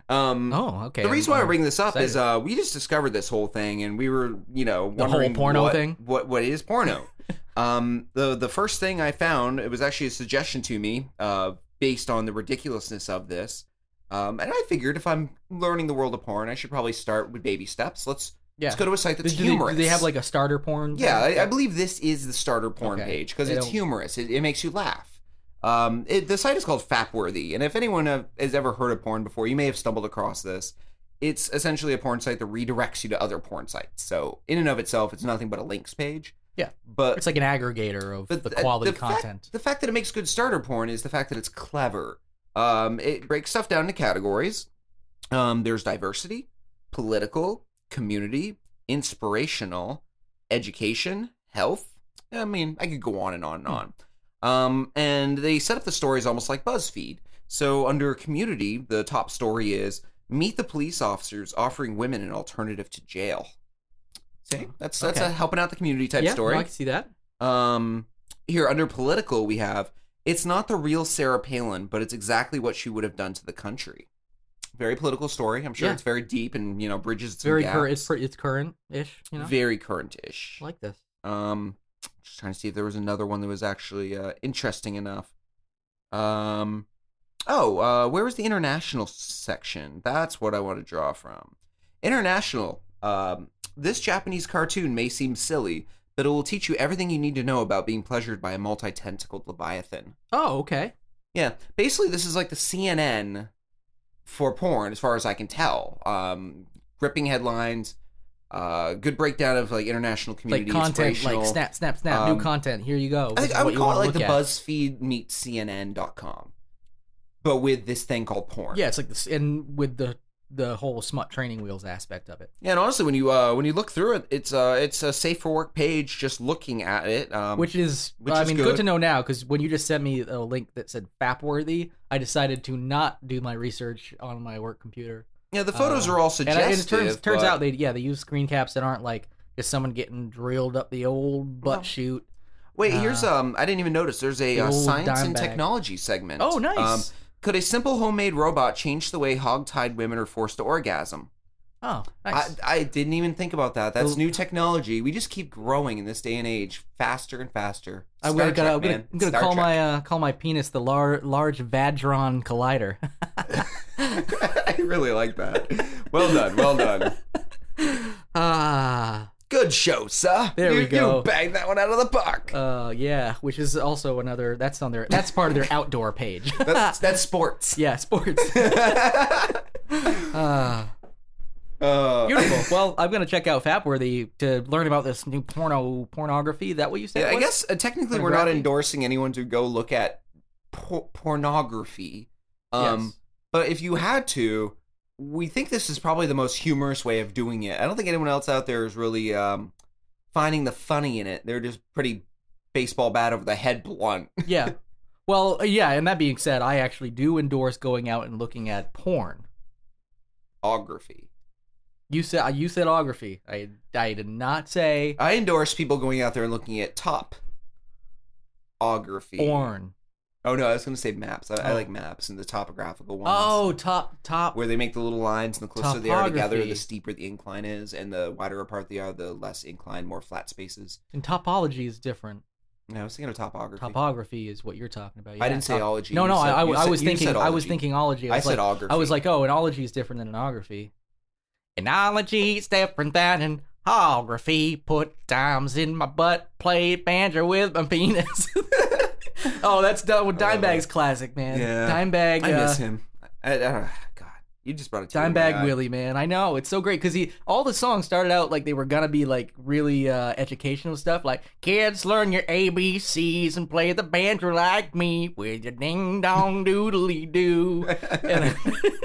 Speaker 2: Um,
Speaker 3: Oh, okay.
Speaker 2: the reason why I
Speaker 3: I'm-
Speaker 2: bring this up is
Speaker 3: excited.
Speaker 2: uh, we just discovered this whole thing, and we were, you know,
Speaker 3: The whole
Speaker 2: wondering
Speaker 3: porno
Speaker 2: what-
Speaker 3: thing?
Speaker 2: What what is porno? um, the the first thing I found it was actually a suggestion to me, uh, based on the ridiculousness of this. Um, and I figured if I'm learning the world of porn, I should probably start with baby steps. Let's
Speaker 3: Yeah.
Speaker 2: let's go to a site
Speaker 3: do,
Speaker 2: that's
Speaker 3: do they, do
Speaker 2: humorous.
Speaker 3: they have like a starter porn?
Speaker 2: Yeah, I, I believe this is the starter porn
Speaker 3: Okay.
Speaker 2: page because
Speaker 3: They
Speaker 2: it's
Speaker 3: don't-
Speaker 2: humorous. It, it makes you laugh. Um, it, the site is called Fapworthy, and if anyone have, has ever heard of porn before, you may have stumbled across this. It's essentially a porn site that redirects you to other porn sites. So, in and of itself, it's nothing but a links page.
Speaker 3: Yeah.
Speaker 2: but
Speaker 3: it's like an aggregator of
Speaker 2: but
Speaker 3: the
Speaker 2: th-
Speaker 3: quality
Speaker 2: fact-
Speaker 3: content.
Speaker 2: the fact that it makes good starter porn is the fact that it's clever. Um, it breaks stuff down into categories. Um, there's diversity, political, community, inspirational, education, health. I mean, I could go on and on
Speaker 3: Hmm.
Speaker 2: and on. Um, and they set up the stories almost like BuzzFeed. So under community, the top story is meet the police officers offering women an alternative to jail. See, that's that's
Speaker 3: Okay.
Speaker 2: a helping out the community type
Speaker 3: yeah,
Speaker 2: story.
Speaker 3: no, I can see that.
Speaker 2: Um, here under political, we have it's not the real Sarah Palin, but it's exactly what she would have done to the country. Very political story. I'm sure
Speaker 3: Yeah.
Speaker 2: it's very deep and you know bridges.
Speaker 3: It's
Speaker 2: some
Speaker 3: very
Speaker 2: gaps.
Speaker 3: current. It's, pre- it's current ish. You know,
Speaker 2: very current-ish.
Speaker 3: I like this.
Speaker 2: Um, just trying to see if there was another one that was actually uh, interesting enough. Um, oh, uh, where was the international section? That's what I want to draw from. International. Um, this Japanese cartoon may seem silly, but it will teach you everything you need to know about being pleasured by a multi-tentacled leviathan.
Speaker 3: Oh, okay.
Speaker 2: Yeah, basically, this is like the CNN for porn, as far as I can tell. Um, gripping headlines, uh, good breakdown of like international community
Speaker 3: Like content, like
Speaker 2: inspirational.
Speaker 3: snap, snap, snap.
Speaker 2: Um,
Speaker 3: new content. Here you go.
Speaker 2: I
Speaker 3: This
Speaker 2: think
Speaker 3: is
Speaker 2: I
Speaker 3: what
Speaker 2: would
Speaker 3: you
Speaker 2: call
Speaker 3: wanna
Speaker 2: it like the
Speaker 3: look at.
Speaker 2: BuzzFeed meets CNN.com, but with this thing called porn.
Speaker 3: Yeah, it's like this, and with the the whole smut training wheels aspect of it.
Speaker 2: Yeah, and honestly, when you uh, when you look through it, it's uh, it's a safe for work page. Just looking at it, um,
Speaker 3: which is
Speaker 2: which
Speaker 3: I
Speaker 2: is
Speaker 3: mean
Speaker 2: good.
Speaker 3: good. to know now because when you just sent me a link that said Fapworthy, I decided to not do my research on my work computer.
Speaker 2: yeah, the photos
Speaker 3: Uh,
Speaker 2: are all
Speaker 3: And, I,
Speaker 2: suggestive.
Speaker 3: and it turns turns
Speaker 2: but-
Speaker 3: out they yeah they use screen caps that aren't like just someone getting drilled up the
Speaker 2: Oh.
Speaker 3: old butt shoot.
Speaker 2: Wait, here's um, I didn't even notice. There's a
Speaker 3: the
Speaker 2: uh,
Speaker 3: old
Speaker 2: science and
Speaker 3: uh, dime bag.
Speaker 2: technology segment.
Speaker 3: Oh, nice.
Speaker 2: Um, could a simple homemade robot change the way hogtied women are forced to orgasm?
Speaker 3: Oh, nice.
Speaker 2: I, uh, I didn't even think about that. That's new technology. We just keep growing in this day and age, faster and faster.
Speaker 3: I, am
Speaker 2: Star
Speaker 3: gonna,
Speaker 2: Trek,
Speaker 3: I'm gonna,
Speaker 2: man.
Speaker 3: I'm gonna
Speaker 2: Star
Speaker 3: call
Speaker 2: Trek.
Speaker 3: my uh, call my penis the lar- large Vadron Collider.
Speaker 2: I really like that. Well done. Well done.
Speaker 3: Ah,
Speaker 2: Good show, sir.
Speaker 3: There
Speaker 2: you,
Speaker 3: we go.
Speaker 2: You banged that one out of the park.
Speaker 3: Uh, yeah, which is also another. That's on their. That's part of their outdoor page.
Speaker 2: that's, that's sports.
Speaker 3: yeah, sports.
Speaker 2: Uh,
Speaker 3: Beautiful. Well, I'm gonna check out Fapworthy to learn about this new porno pornography. That what you said?
Speaker 2: yeah, I
Speaker 3: was?
Speaker 2: guess uh, technically we're not
Speaker 3: Pornography?
Speaker 2: endorsing anyone to go look at por- pornography. Um,
Speaker 3: Yes.
Speaker 2: But if you had to, we think this is probably the most humorous way of doing it. I don't think anyone else out there is really um, finding the funny in it. They're just pretty baseball bat over the head blunt.
Speaker 3: Yeah. Well, uh, yeah. And that being said, I actually do endorse going out and looking at porn.
Speaker 2: Pornography.
Speaker 3: You said uh, you said ography. I I did not say
Speaker 2: I endorse people going out there and looking at top. Ography.
Speaker 3: porn.
Speaker 2: Oh no, I was gonna say maps. I, I
Speaker 3: Oh.
Speaker 2: like maps and the topographical ones.
Speaker 3: Oh, top top.
Speaker 2: where they make the little lines and the closer they are together, the
Speaker 3: Topography.
Speaker 2: steeper the incline is, and the wider apart they are, the less incline, more flat spaces.
Speaker 3: And topology is different.
Speaker 2: No, I was thinking of topography.
Speaker 3: Topography is what you're talking about.
Speaker 2: I didn't say
Speaker 3: top-
Speaker 2: ology.
Speaker 3: No,
Speaker 2: You
Speaker 3: no.
Speaker 2: said-
Speaker 3: I, I,
Speaker 2: you
Speaker 3: I
Speaker 2: said-
Speaker 3: was
Speaker 2: you said
Speaker 3: thinking. I was
Speaker 2: ology.
Speaker 3: thinking ology.
Speaker 2: I
Speaker 3: was
Speaker 2: said
Speaker 3: like, I
Speaker 2: ography.
Speaker 3: was like, oh, an ology is different than an ography. An ology is different than an ography. Put dimes in my butt. Played banjo with my penis. oh, that's done with Dimebag's classic, man.
Speaker 2: yeah.
Speaker 3: Dimebag.
Speaker 2: I
Speaker 3: uh,
Speaker 2: miss him. I, I don't know. God, you just brought a tear to my
Speaker 3: Dimebag
Speaker 2: eye.
Speaker 3: Willie, man. I know it's so great because he all the songs started out like they were gonna be like really uh, educational stuff, like "Kids learn your ABCs and play the banjo like me with your ding dong doodly doo," and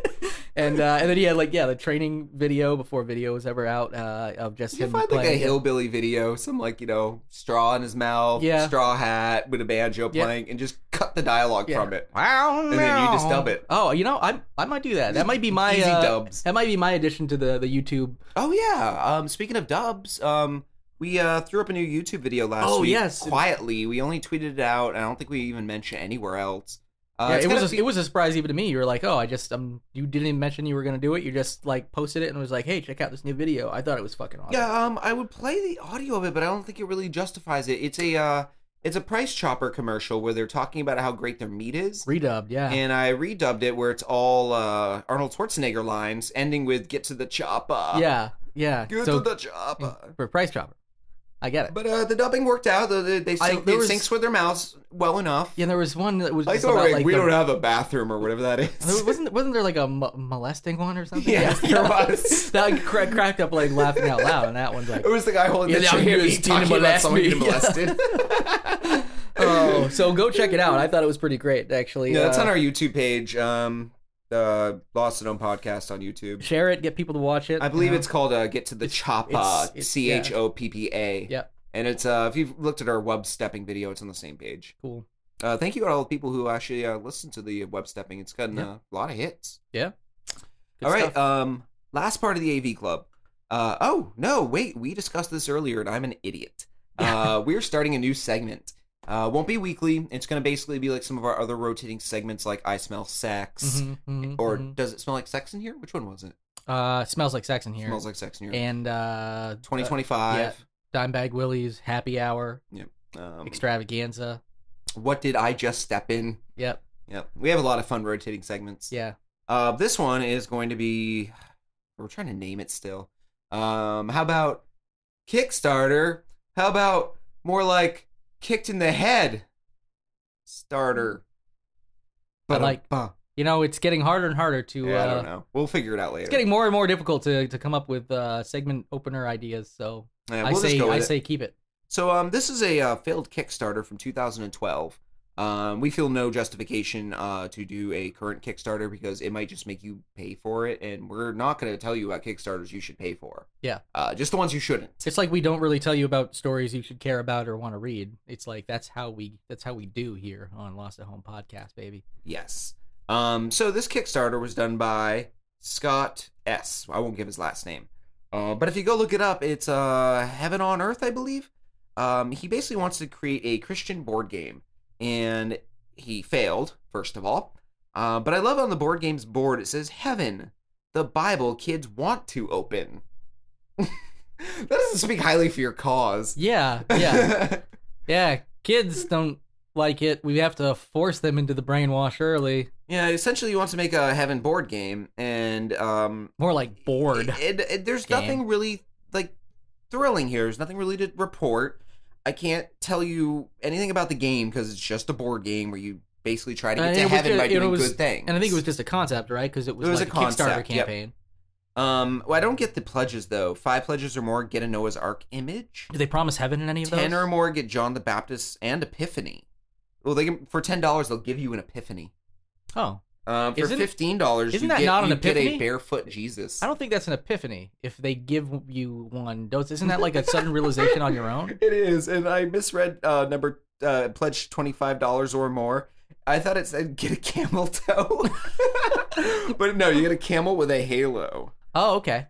Speaker 3: and, uh, and then he had like yeah the training video before video was ever out uh, of just
Speaker 2: Did you
Speaker 3: him
Speaker 2: find like
Speaker 3: playing.
Speaker 2: a hillbilly video, some like you know straw in his mouth,
Speaker 3: Yeah.
Speaker 2: straw hat with a banjo
Speaker 3: Yeah.
Speaker 2: playing, and just cut the dialogue
Speaker 3: Yeah.
Speaker 2: from it.
Speaker 3: Wow,
Speaker 2: And then you just
Speaker 3: no.
Speaker 2: dub it.
Speaker 3: Oh, you know, I I might do that. That might be my
Speaker 2: Easy
Speaker 3: uh,
Speaker 2: dubs.
Speaker 3: That might be my addition to the the YouTube.
Speaker 2: Oh yeah. Um, speaking of dubs, um, we uh, threw up a new YouTube video last
Speaker 3: Oh,
Speaker 2: week.
Speaker 3: yes.
Speaker 2: Quietly, we only tweeted it out. I don't think we even mentioned it anywhere else. Uh,
Speaker 3: yeah,
Speaker 2: it's
Speaker 3: it
Speaker 2: gonna
Speaker 3: was a,
Speaker 2: be-
Speaker 3: it was a surprise even to me. You were like, "Oh, I just um, you didn't even mention you were gonna do it. You just like posted it and was like, hey, check out this new video.' I thought it was fucking awesome.
Speaker 2: Yeah, um, I would play the audio of it, but I don't think it really justifies it. It's a uh, it's a Price Chopper commercial where they're talking about how great their meat is.
Speaker 3: redubbed. Yeah,
Speaker 2: And I redubbed it where it's all uh, Arnold Schwarzenegger lines, ending with "Get to the chopper."
Speaker 3: yeah, yeah.
Speaker 2: get
Speaker 3: so Mm.
Speaker 2: to the chopper.
Speaker 3: for price chopper, I get it.
Speaker 2: But uh, the dubbing worked out. The- the- They
Speaker 3: I-
Speaker 2: sync,
Speaker 3: there
Speaker 2: it
Speaker 3: was-
Speaker 2: syncs with their mouths well enough.
Speaker 3: yeah, and there was one that was
Speaker 2: I
Speaker 3: just
Speaker 2: thought
Speaker 3: about,
Speaker 2: like,
Speaker 3: like
Speaker 2: we
Speaker 3: the-
Speaker 2: don't have a bathroom or whatever that
Speaker 3: there
Speaker 2: is.
Speaker 3: wasn't wasn't there like a mo- molesting one or something?
Speaker 2: Yes, there was.
Speaker 3: that I cra- cracked up like laughing out loud, and that one's like,
Speaker 2: It was the guy holding
Speaker 3: Yeah,
Speaker 2: the
Speaker 3: now
Speaker 2: chair.
Speaker 3: he
Speaker 2: and
Speaker 3: was
Speaker 2: he's
Speaker 3: trying to
Speaker 2: talking about
Speaker 3: molest
Speaker 2: someone
Speaker 3: me.
Speaker 2: being molested.
Speaker 3: oh, so go check it out. I thought it was pretty great actually.
Speaker 2: yeah, that's
Speaker 3: Uh,
Speaker 2: on our YouTube page. Um, uh, Lost and Own podcast on YouTube.
Speaker 3: share it, get people to watch it.
Speaker 2: I
Speaker 3: you
Speaker 2: believe
Speaker 3: know?
Speaker 2: it's called uh, "Get to the Choppa."
Speaker 3: it's- it's-
Speaker 2: C H
Speaker 3: yeah.
Speaker 2: O P P A.
Speaker 3: Yep.
Speaker 2: And it's uh, if you've looked at our web stepping video, it's on the same page.
Speaker 3: cool.
Speaker 2: Uh, thank you to all the people who actually uh, listened to the web stepping. It's gotten uh a lot of hits.
Speaker 3: Yeah. Good
Speaker 2: all right.
Speaker 3: stuff.
Speaker 2: Um, last part of the AV club. Uh, oh no, wait, we discussed this earlier, and I'm an idiot. Uh, we're starting a new segment. Uh, won't be weekly. It's going to basically be like some of our other rotating segments, like "I Smell Sex"
Speaker 3: Mhm, mhm,
Speaker 2: uh, or
Speaker 3: mhm.
Speaker 2: "Does it smell like sex in here?" Which one was it?
Speaker 3: uh, smells like sex in here.
Speaker 2: Smells like sex in here.
Speaker 3: and uh
Speaker 2: 2025.
Speaker 3: Dimebag Willie's Happy Hour
Speaker 2: Um,
Speaker 3: Extravaganza.
Speaker 2: What did I just step in?
Speaker 3: Yep.
Speaker 2: Yep. We have a lot of fun rotating segments.
Speaker 3: Yeah.
Speaker 2: Uh, this one is going to be. We're trying to name it still. Um, how about Kickstarter? How about more like kicked in the head? Starter.
Speaker 3: Mm. I like-
Speaker 2: Ba-dum-ba.
Speaker 3: You know, it's getting harder and harder to
Speaker 2: Yeah, I
Speaker 3: uh
Speaker 2: don't know. We'll figure it out later.
Speaker 3: it's getting more and more difficult to, to come up with uh segment opener ideas, so
Speaker 2: Yeah,
Speaker 3: I
Speaker 2: we'll just
Speaker 3: say
Speaker 2: go with
Speaker 3: I
Speaker 2: it.
Speaker 3: say keep it.
Speaker 2: So um, this is a uh, failed Kickstarter from 2012. Um, we feel no justification uh, to do a current Kickstarter because it might just make you pay for it, and we're not going to tell you about Kickstarters you should pay for.
Speaker 3: Yeah.
Speaker 2: uh, just the ones you shouldn't.
Speaker 3: It's like we don't really tell you about stories you should care about or want to read. It's like that's how we that's how we do here on Lost at Home podcast, baby.
Speaker 2: Yes. Um, so this Kickstarter was done by Scott S. I won't give his last name. Uh, but if you go look it up, it's uh, Heaven on Earth, I believe. Um, he basically wants to create a Christian board game, and he failed, first of all. Uh, but I love on the board game's board, it says Heaven, the Bible kids want to open. that doesn't speak highly for your cause.
Speaker 3: Yeah, yeah. Yeah, kids don't like it. We have to force them into the brainwash early.
Speaker 2: yeah, essentially, he wants to make a Heaven board game, and um,
Speaker 3: More like bored.
Speaker 2: It, it- it- there's
Speaker 3: Game.
Speaker 2: nothing really like thrilling here. There's nothing really to report. I can't tell you anything about the game because it's just a board game where you basically try to get
Speaker 3: And
Speaker 2: to
Speaker 3: it was
Speaker 2: heaven
Speaker 3: ju-
Speaker 2: by
Speaker 3: it
Speaker 2: doing
Speaker 3: was-
Speaker 2: good things.
Speaker 3: And I think it was just a concept, right? Because it was,
Speaker 2: It was
Speaker 3: like
Speaker 2: a
Speaker 3: a,
Speaker 2: concept,
Speaker 3: Kickstarter
Speaker 2: yep.
Speaker 3: campaign.
Speaker 2: Um, well, I don't get the pledges though. Five pledges or more get a Noah's Ark image.
Speaker 3: Do they promise heaven in any of those?
Speaker 2: Ten or more get John the Baptist and Epiphany. Well, they can, for ten dollars they'll give you an Epiphany.
Speaker 3: oh,
Speaker 2: Um, for
Speaker 3: Isn't-
Speaker 2: fifteen dollars,
Speaker 3: isn't
Speaker 2: you
Speaker 3: that
Speaker 2: get,
Speaker 3: not an
Speaker 2: you get a
Speaker 3: epiphany?
Speaker 2: barefoot Jesus.
Speaker 3: I don't think that's an epiphany. If they give you one, does isn't that like a sudden realization on your own?
Speaker 2: It is, and I misread uh, number uh, pledge twenty five dollars or more. I thought it said get a camel toe, but no, you get a camel with a halo.
Speaker 3: Oh, okay.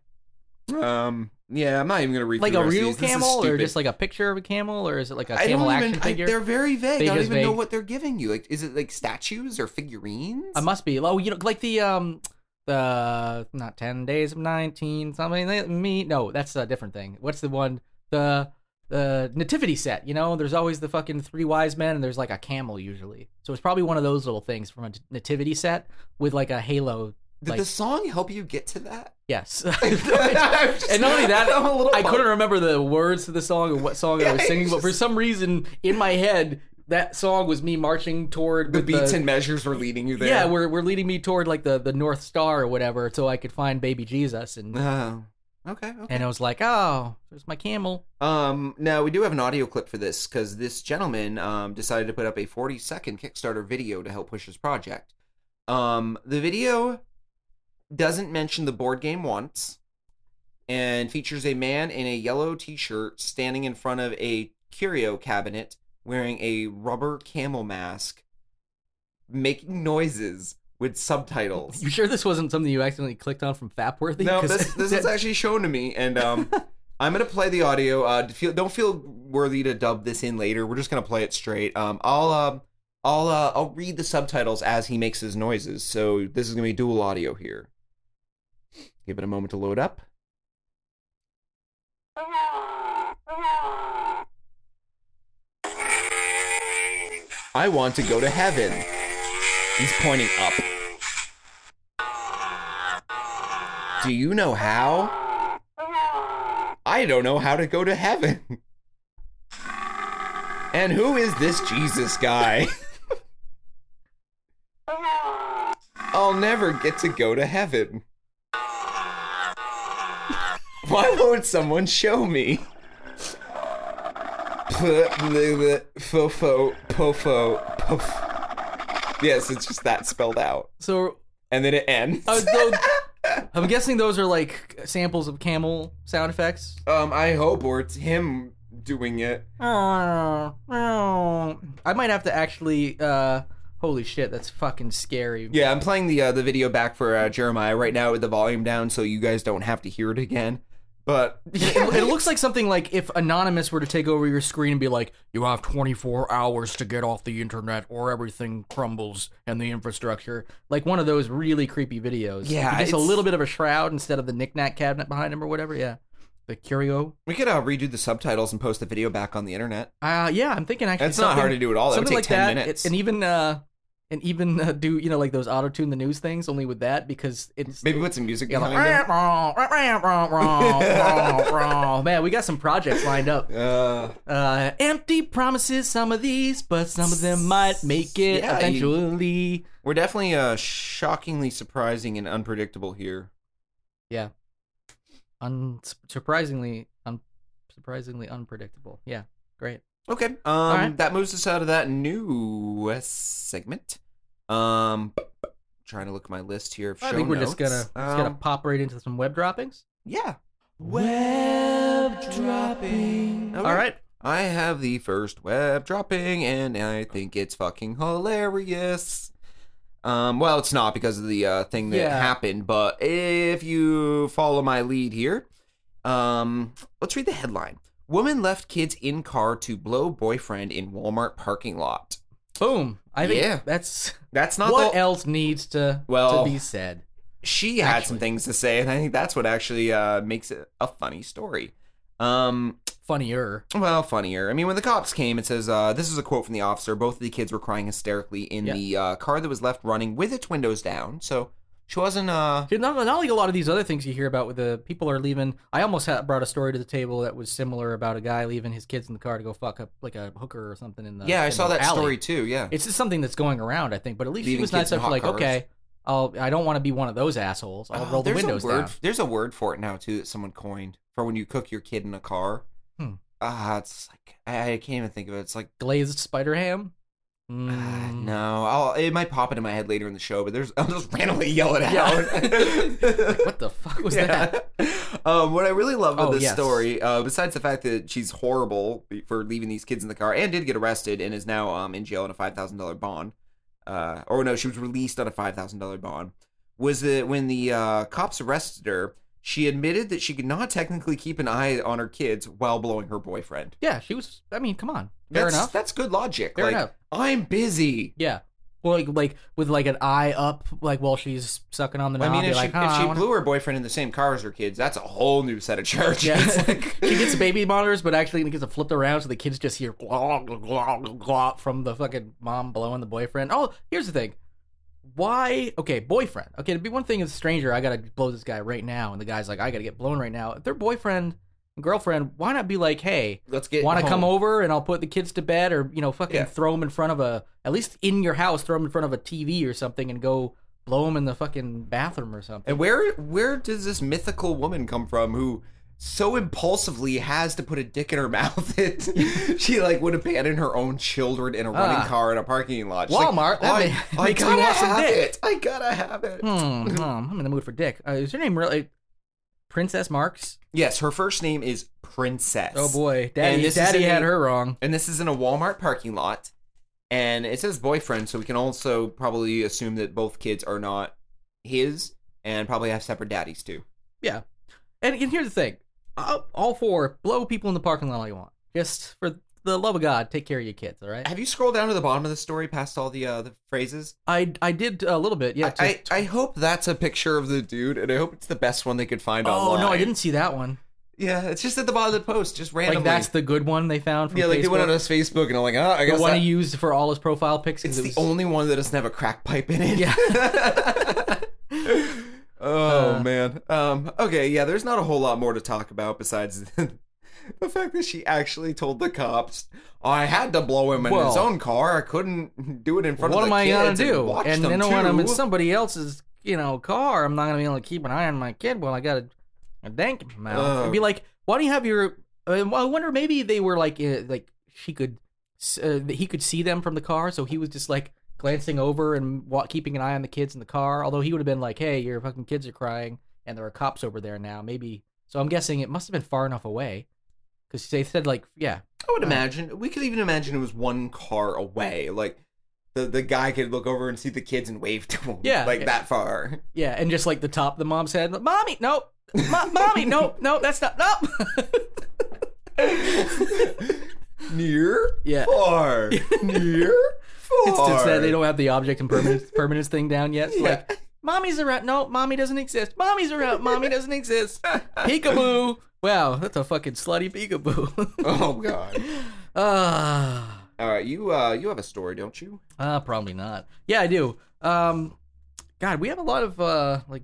Speaker 2: Um, yeah, I'm not even gonna read
Speaker 3: Like
Speaker 2: through
Speaker 3: a
Speaker 2: the rest of
Speaker 3: real
Speaker 2: these. This is
Speaker 3: camel, or
Speaker 2: stupid.
Speaker 3: just like a picture of a camel, or is it like a
Speaker 2: I don't
Speaker 3: camel
Speaker 2: even.
Speaker 3: action
Speaker 2: I,
Speaker 3: figure?
Speaker 2: they're very vague.
Speaker 3: They
Speaker 2: I don't
Speaker 3: just
Speaker 2: even know
Speaker 3: vague.
Speaker 2: what they're giving you. Like, is it like statues or figurines?
Speaker 3: I must be. Oh, you know, like the um, the not ten days of nineteen something. like Me, no, that's a different thing. What's the one? The the nativity set. You know, there's always the fucking three wise men, and there's like a camel usually. So it's probably one of those little things from a nativity set with like a halo.
Speaker 2: Did
Speaker 3: like,
Speaker 2: the song help you get to that?
Speaker 3: yes.
Speaker 2: I'm just-
Speaker 3: And not only that,
Speaker 2: I'm a little
Speaker 3: I couldn't
Speaker 2: bummed.
Speaker 3: remember the words to the song or what song I was
Speaker 2: Yeah,
Speaker 3: singing,
Speaker 2: it's
Speaker 3: but for
Speaker 2: just-
Speaker 3: some reason in my head, that song was me marching toward
Speaker 2: The
Speaker 3: with
Speaker 2: beats and measures were leading you there.
Speaker 3: yeah, we're, we're leading me toward like the, the North Star or whatever, so I could find baby Jesus. And
Speaker 2: Oh, okay. okay.
Speaker 3: and I was like, oh, there's my camel.
Speaker 2: Um, now we do have an audio clip for this because this gentleman um, decided to put up a 40 second Kickstarter video to help push his project. Um, the video doesn't mention the board game once and features a man in a yellow t shirt standing in front of a curio cabinet wearing a rubber camel mask making noises with subtitles.
Speaker 3: You sure this wasn't something you accidentally clicked on from Fapworthy?
Speaker 2: No,
Speaker 3: 'Cause
Speaker 2: this this is actually shown to me, and um, I'm gonna play the audio. Uh, to feel, don't feel worthy to dub this in later. We're just gonna play it straight. Um, I'll um, I'll uh, I'll read the subtitles as he makes his noises. So this is gonna be dual audio here. Give it a moment to load up. I want to go to heaven. He's pointing up. Do you know how? I don't know how to go to heaven. And who is this Jesus guy? I'll never get to go to heaven. Why won't someone show me? Fofo, pofo, puff. Yes, it's just that spelled out.
Speaker 3: so
Speaker 2: And then it ends.
Speaker 3: I was- though- I'm guessing those are like samples of camel sound effects.
Speaker 2: Um, I hope, or it's him doing it. Oh,
Speaker 3: I might have to actually. Uh, holy shit, that's fucking scary.
Speaker 2: Yeah, I'm playing the uh, the video back for uh, Jeremiah right now with the volume down, so you guys don't have to hear it again. But
Speaker 3: It, it looks like something like if Anonymous were to take over your screen and be like,
Speaker 4: You have 24 hours to get off the internet or everything crumbles and the infrastructure.
Speaker 3: like one of those really creepy videos.
Speaker 2: Yeah,
Speaker 3: Like, just a
Speaker 2: it's-
Speaker 3: little bit of a shroud instead of the knickknack cabinet behind him or whatever. Yeah, the curio.
Speaker 2: we could uh, redo the subtitles and post the video back on the internet.
Speaker 3: Uh yeah, I'm thinking actually.
Speaker 2: That's not hard to
Speaker 3: something-
Speaker 2: do at all. That would
Speaker 3: Something
Speaker 2: take
Speaker 3: like
Speaker 2: ten
Speaker 3: that,
Speaker 2: minutes.
Speaker 3: It- and even uh, and even uh, do you know like those auto tune the news things only with that because it's
Speaker 2: Maybe put some music
Speaker 3: Yeah,
Speaker 2: behind
Speaker 3: like,
Speaker 2: it.
Speaker 3: man, we got some projects lined up.
Speaker 2: Uh,
Speaker 3: Uh, empty promises, some of these, but some of them might make it
Speaker 2: Yeah, you-
Speaker 3: eventually.
Speaker 2: we're definitely uh, shockingly surprising and unpredictable here.
Speaker 3: Yeah. Un- surprisingly, un- surprisingly unpredictable. Yeah, great.
Speaker 2: Okay. Um,
Speaker 3: right.
Speaker 2: that moves us out of that new uh, segment. Um, trying to look at my list here. Of
Speaker 3: I
Speaker 2: show
Speaker 3: think we're
Speaker 2: notes.
Speaker 3: just gonna just gonna
Speaker 2: Um,
Speaker 3: pop right into some web droppings.
Speaker 2: yeah.
Speaker 4: Web dropping.
Speaker 2: Okay.
Speaker 3: All right.
Speaker 2: I have the first web dropping, and I think it's fucking hilarious. Um, well, it's not because of the uh, thing that
Speaker 3: Yeah.
Speaker 2: happened, but if you follow my lead here, um, let's read the headline: "Woman left kids in car to blow boyfriend in Walmart parking lot."
Speaker 3: Boom. I think
Speaker 2: Yeah.
Speaker 3: that's
Speaker 2: That's not
Speaker 3: what
Speaker 2: the-
Speaker 3: else needs to
Speaker 2: Well-
Speaker 3: to be said.
Speaker 2: she had some things to say, and I think that's what actually uh, makes it a funny story. Um,
Speaker 3: Funnier.
Speaker 2: Well, funnier. I mean, when the cops came, it says uh, this is a quote from the officer. Both of the kids were crying hysterically in
Speaker 3: Yeah.
Speaker 2: the uh, car that was left running with its windows down. So She wasn't. Uh,
Speaker 3: Dude, not, not like a lot of these other things you hear about with the people are leaving. I almost had brought a story to the table that was similar about a guy leaving his kids in the car to go fuck up like a hooker or something in the
Speaker 2: yeah, I
Speaker 3: in
Speaker 2: saw
Speaker 3: the
Speaker 2: that
Speaker 3: alley.
Speaker 2: story too. Yeah,
Speaker 3: It's just something that's going around, I think. But at least
Speaker 2: Leaving
Speaker 3: she was
Speaker 2: kids
Speaker 3: nice
Speaker 2: in
Speaker 3: enough to
Speaker 2: hot
Speaker 3: like,
Speaker 2: cars.
Speaker 3: okay, I'll I don't want to be one of those assholes. I'll
Speaker 2: Oh,
Speaker 3: roll the
Speaker 2: there's
Speaker 3: windows
Speaker 2: a word,
Speaker 3: down.
Speaker 2: There's a word for it now too that someone coined for when you cook your kid in a car.
Speaker 3: Hmm.
Speaker 2: Ah, it's like I, I can't even think of it. It's like
Speaker 3: Glazed spider ham.
Speaker 2: ah,
Speaker 3: Mm.
Speaker 2: no, I'll, it might pop into my head later in the show, but there's I'll just randomly yell it
Speaker 3: Yeah.
Speaker 2: out.
Speaker 3: What the fuck was that?
Speaker 2: Um, what I really love about
Speaker 3: Oh,
Speaker 2: this
Speaker 3: yes.
Speaker 2: story, uh, besides the fact that she's horrible for leaving these kids in the car and did get arrested and is now um, in jail on a five thousand dollar bond, uh, or no, she was released on a five thousand dollar bond, was that when the uh, cops arrested her, she admitted that she could not technically keep an eye on her kids while blowing her boyfriend.
Speaker 3: Yeah, she was. I mean, come on, fair
Speaker 2: that's,
Speaker 3: enough.
Speaker 2: That's good logic.
Speaker 3: Fair
Speaker 2: like
Speaker 3: enough.
Speaker 2: I'm busy.
Speaker 3: yeah. Well, like, like with like an eye up, like while she's sucking on the knob.
Speaker 2: I mean,
Speaker 3: you're
Speaker 2: if,
Speaker 3: like,
Speaker 2: she,
Speaker 3: "Huh,
Speaker 2: if
Speaker 3: I
Speaker 2: she
Speaker 3: wanna-"
Speaker 2: blew her boyfriend in the same car as her kids, that's a whole new set of charges.
Speaker 3: Yeah.
Speaker 2: Like-
Speaker 3: she gets baby monitors, but actually it gets flipped around, so the kids just hear glog glog glog from the fucking mom blowing the boyfriend. Oh, here's the thing. Why? Okay, boyfriend. Okay, it'd be one thing if a stranger, I gotta blow this guy right now, and the guy's like, I gotta get blown right now. If they're boyfriend and girlfriend, why not be like, hey,
Speaker 2: Let's get
Speaker 3: want to
Speaker 2: home.
Speaker 3: come over and I'll put the kids to bed, or you know, fucking
Speaker 2: Yeah.
Speaker 3: throw them in front of a, at least in your house, throw them in front of a TV or something, and go blow them in the fucking bathroom or something.
Speaker 2: And where where does this mythical woman come from who so impulsively has to put a dick in her mouth that she like would abandon her own children in a running
Speaker 3: Ah.
Speaker 2: car in a parking lot? She's Like,
Speaker 3: Walmart, that
Speaker 2: I,
Speaker 3: ma-
Speaker 2: I
Speaker 3: makes me
Speaker 2: gotta
Speaker 3: want some
Speaker 2: have
Speaker 3: dick."
Speaker 2: it. I gotta have it.
Speaker 3: Hmm, hmm, I'm in the mood for dick. Uh, is her name really Princess Marks?
Speaker 2: Yes, her first name is Princess.
Speaker 3: Oh boy, Daddy,
Speaker 2: And this is
Speaker 3: Daddy
Speaker 2: a-
Speaker 3: had her wrong.
Speaker 2: And this is in a Walmart parking lot, and it says boyfriend, so we can also probably assume that both kids are not his, and probably have separate daddies too.
Speaker 3: Yeah, and, and here's the thing: Uh, all four blow people in the parking lot all you want. Just for the love of God, take care of your kids. All right.
Speaker 2: Have you scrolled down to the bottom of the story past all the uh, the phrases?
Speaker 3: I I did a little bit. Yeah.
Speaker 2: I,
Speaker 3: just-
Speaker 2: I hope that's a picture of the dude, and I hope it's the best one they could find
Speaker 3: oh
Speaker 2: online.
Speaker 3: no, I didn't see that one.
Speaker 2: Yeah, it's just at the bottom of the post, just randomly.
Speaker 3: Like that's the good one they found. From
Speaker 2: yeah, like they went
Speaker 3: Facebook.
Speaker 2: on his Facebook, and I'm like, oh, I
Speaker 3: the
Speaker 2: guess
Speaker 3: one
Speaker 2: that-
Speaker 3: he used for all his profile pics. 'cause
Speaker 2: it's
Speaker 3: it
Speaker 2: the
Speaker 3: was-
Speaker 2: only one that doesn't have a crack pipe in it.
Speaker 3: Yeah.
Speaker 2: oh
Speaker 3: Uh,
Speaker 2: man. Um. Okay. Yeah. There's not a whole lot more to talk about besides the, fact that she actually told the cops, "I had to blow him in his
Speaker 3: Well-
Speaker 2: own car. I couldn't do it in front
Speaker 3: what
Speaker 2: of
Speaker 3: am
Speaker 2: the
Speaker 3: I gonna
Speaker 2: kids
Speaker 3: do?
Speaker 2: And, watch
Speaker 3: and
Speaker 2: them
Speaker 3: then when I'm in
Speaker 2: too."
Speaker 3: somebody else's, you know, car, I'm not gonna be able to keep an eye on my kid while I got a, a dank in my mouth.
Speaker 2: Ugh.
Speaker 3: It'd be like, why do you have your? Uh, well, I wonder maybe they were like, uh, like she could, s- uh, he could see them from the car, so he was just like glancing over and wa- keeping an eye on the kids in the car. Although he would have been like, hey, your fucking kids are crying, and there are cops over there now. Maybe so. I'm guessing it must have been far enough away, because they said like, yeah,
Speaker 2: I would imagine we could even imagine it was one car away. Like the the guy could look over and see the kids and wave to them.
Speaker 3: Yeah,
Speaker 2: like
Speaker 3: yeah.
Speaker 2: that far.
Speaker 3: Yeah, and just like the top of the mom's head, like, mommy, nope, Mo- mommy, nope, no, that's not, nope.
Speaker 2: Near,
Speaker 3: Yeah.
Speaker 2: far, near, far.
Speaker 3: it's just that they don't have the object and permanence, permanence thing down yet. So
Speaker 2: Yeah.
Speaker 3: Like, mommy's around, no, mommy doesn't exist. Mommy's around, mommy doesn't exist. Peekaboo. Wow, that's a fucking slutty peekaboo.
Speaker 2: Oh god.
Speaker 3: Ah,
Speaker 2: All right, you uh you have a story, don't you?
Speaker 3: uh, probably not. Yeah, I do. Um, God, we have a lot of uh, like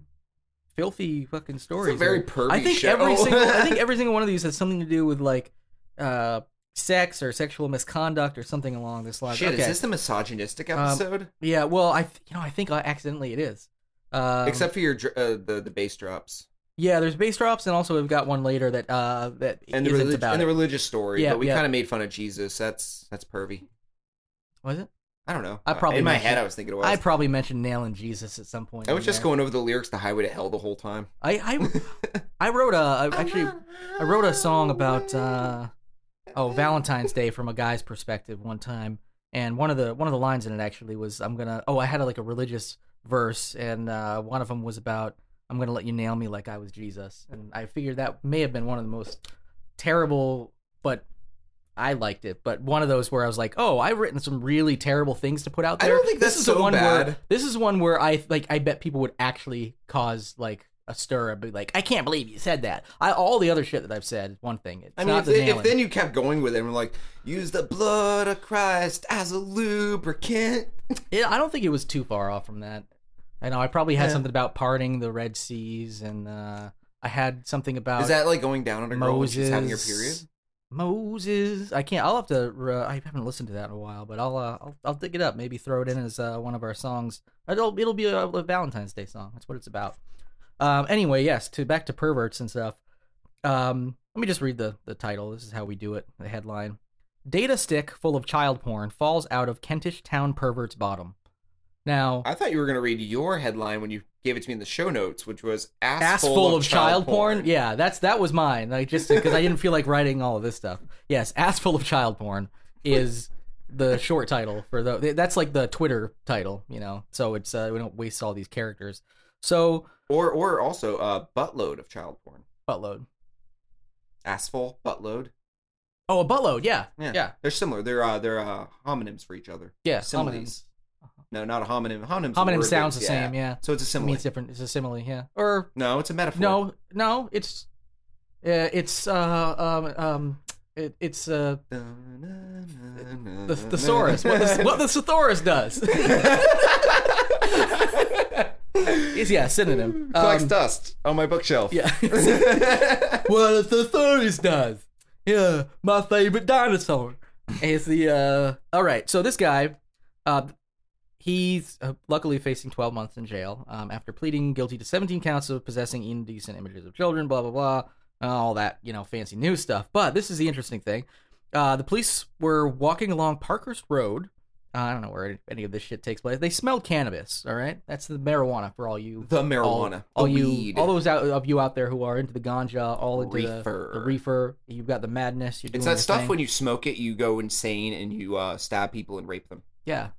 Speaker 3: filthy fucking stories.
Speaker 2: very
Speaker 3: here.
Speaker 2: pervy
Speaker 3: I think
Speaker 2: show.
Speaker 3: every single I think every single one of these has something to do with like uh sex or sexual misconduct or something along this line.
Speaker 2: Shit,
Speaker 3: Uh, okay.
Speaker 2: is this the misogynistic
Speaker 3: Um,
Speaker 2: episode?
Speaker 3: yeah, well, I th- you know I think I accidentally it is. Um,
Speaker 2: Except for your dr- uh, the the bass drops
Speaker 3: yeah, there's bass drops and also we've got one later that uh that
Speaker 2: and the
Speaker 3: isn't
Speaker 2: relig-
Speaker 3: about
Speaker 2: and
Speaker 3: it.
Speaker 2: the religious story.
Speaker 3: Yeah,
Speaker 2: but we
Speaker 3: yeah.
Speaker 2: kind of made fun of Jesus. That's that's pervy.
Speaker 3: was it?
Speaker 2: I don't know.
Speaker 3: I
Speaker 2: Uh,
Speaker 3: probably
Speaker 2: in my
Speaker 3: mentioned-
Speaker 2: head I was thinking it was.
Speaker 3: I probably mentioned nailing Jesus at some point.
Speaker 2: I
Speaker 3: in
Speaker 2: was just
Speaker 3: there.
Speaker 2: going over the lyrics to Highway to Hell the whole time.
Speaker 3: I I I wrote a I actually I wrote a song about uh, oh Valentine's Day from a guy's perspective one time, and one of the one of the lines in it actually was I'm gonna oh I had a, like a religious verse, and uh, one of them was about I'm gonna let you nail me like I was Jesus, and I figured that may have been one of the most terrible, but I liked it. But one of those where I was like, oh, I've written some really terrible things to put out
Speaker 2: I
Speaker 3: there.
Speaker 2: don't think that's
Speaker 3: this is
Speaker 2: so
Speaker 3: the one
Speaker 2: bad.
Speaker 3: where this is one where I like I bet people would actually cause like a stir and be like, I can't believe you said that. I all the other shit that I've said is one thing. It's
Speaker 2: I mean,
Speaker 3: not
Speaker 2: if,
Speaker 3: the
Speaker 2: they- if
Speaker 3: nailing.
Speaker 2: then you kept going with it and were like, use the blood of Christ as a lubricant.
Speaker 3: Yeah, I don't think it was too far off from that. I know I probably had
Speaker 2: Yeah.
Speaker 3: something about parting the Red Seas, and uh, I had something about
Speaker 2: Is that like going down on a girl when she's having her period?
Speaker 3: Moses, I can't. I'll have to. Uh, I haven't listened to that in a while, but I'll uh, I'll, I'll dig it up. Maybe throw it in as uh, one of our songs. It'll it'll be a, a Valentine's Day song. That's what it's about. Um. Anyway, yes. To back to perverts and stuff. Um. Let me just read the the title. This is how we do it. The headline: Data stick full of child porn falls out of Kentish town pervert's bottom. Now,
Speaker 2: I thought you were going to read your headline when you gave it to me in the show notes, which was ass,
Speaker 3: ass full, of, child porn. Yeah, that's that was mine. Like just because I didn't feel like writing all of this stuff. Yes, ass full of child porn is the short title for the. That's like the Twitter title, you know. So it's uh, we don't waste all these characters. So
Speaker 2: Or, or also a buttload of child porn.
Speaker 3: buttload.
Speaker 2: Ass full, buttload.
Speaker 3: Oh, a buttload. Yeah,
Speaker 2: Yeah.
Speaker 3: yeah, yeah.
Speaker 2: They're similar. They're uh, they're uh, homonyms for each other.
Speaker 3: homonyms.
Speaker 2: Similes. No, not a homonym. Homonym's a
Speaker 3: Homonym
Speaker 2: word, but
Speaker 3: sounds the
Speaker 2: yeah.
Speaker 3: same, yeah.
Speaker 2: So it's a
Speaker 3: It
Speaker 2: simile.
Speaker 3: means different. It's a simile. Yeah, or
Speaker 2: No, it's a metaphor.
Speaker 3: no, no. It's uh, it's uh um um it, it's uh the
Speaker 2: The
Speaker 3: thesaurus. What the, what the thesaurus does. Is yeah, synonym.
Speaker 2: collects
Speaker 3: Um,
Speaker 2: dust on my bookshelf.
Speaker 3: yeah. well, the thesaurus does. Yeah, my favorite dinosaur. Is the uh all right? So this guy, uh, he's uh, luckily facing 12 months in jail um, after pleading guilty to 17 counts of possessing indecent images of children. Blah blah blah, and all that you know fancy new stuff. But this is the interesting thing. Uh, the police were walking along Parkhurst Road. Uh, I don't know where any of this shit takes place. They smelled cannabis. All right, that's the marijuana for all you
Speaker 2: The marijuana.
Speaker 3: all, all
Speaker 2: the
Speaker 3: you,
Speaker 2: weed.
Speaker 3: all those out of you out there who are into the ganja, all into
Speaker 2: Reefer.
Speaker 3: The, the reefer. You've got the madness. You're doing
Speaker 2: it's
Speaker 3: your
Speaker 2: that stuff
Speaker 3: thing.
Speaker 2: when you smoke it, you go insane and you uh, stab people and rape them.
Speaker 3: yeah.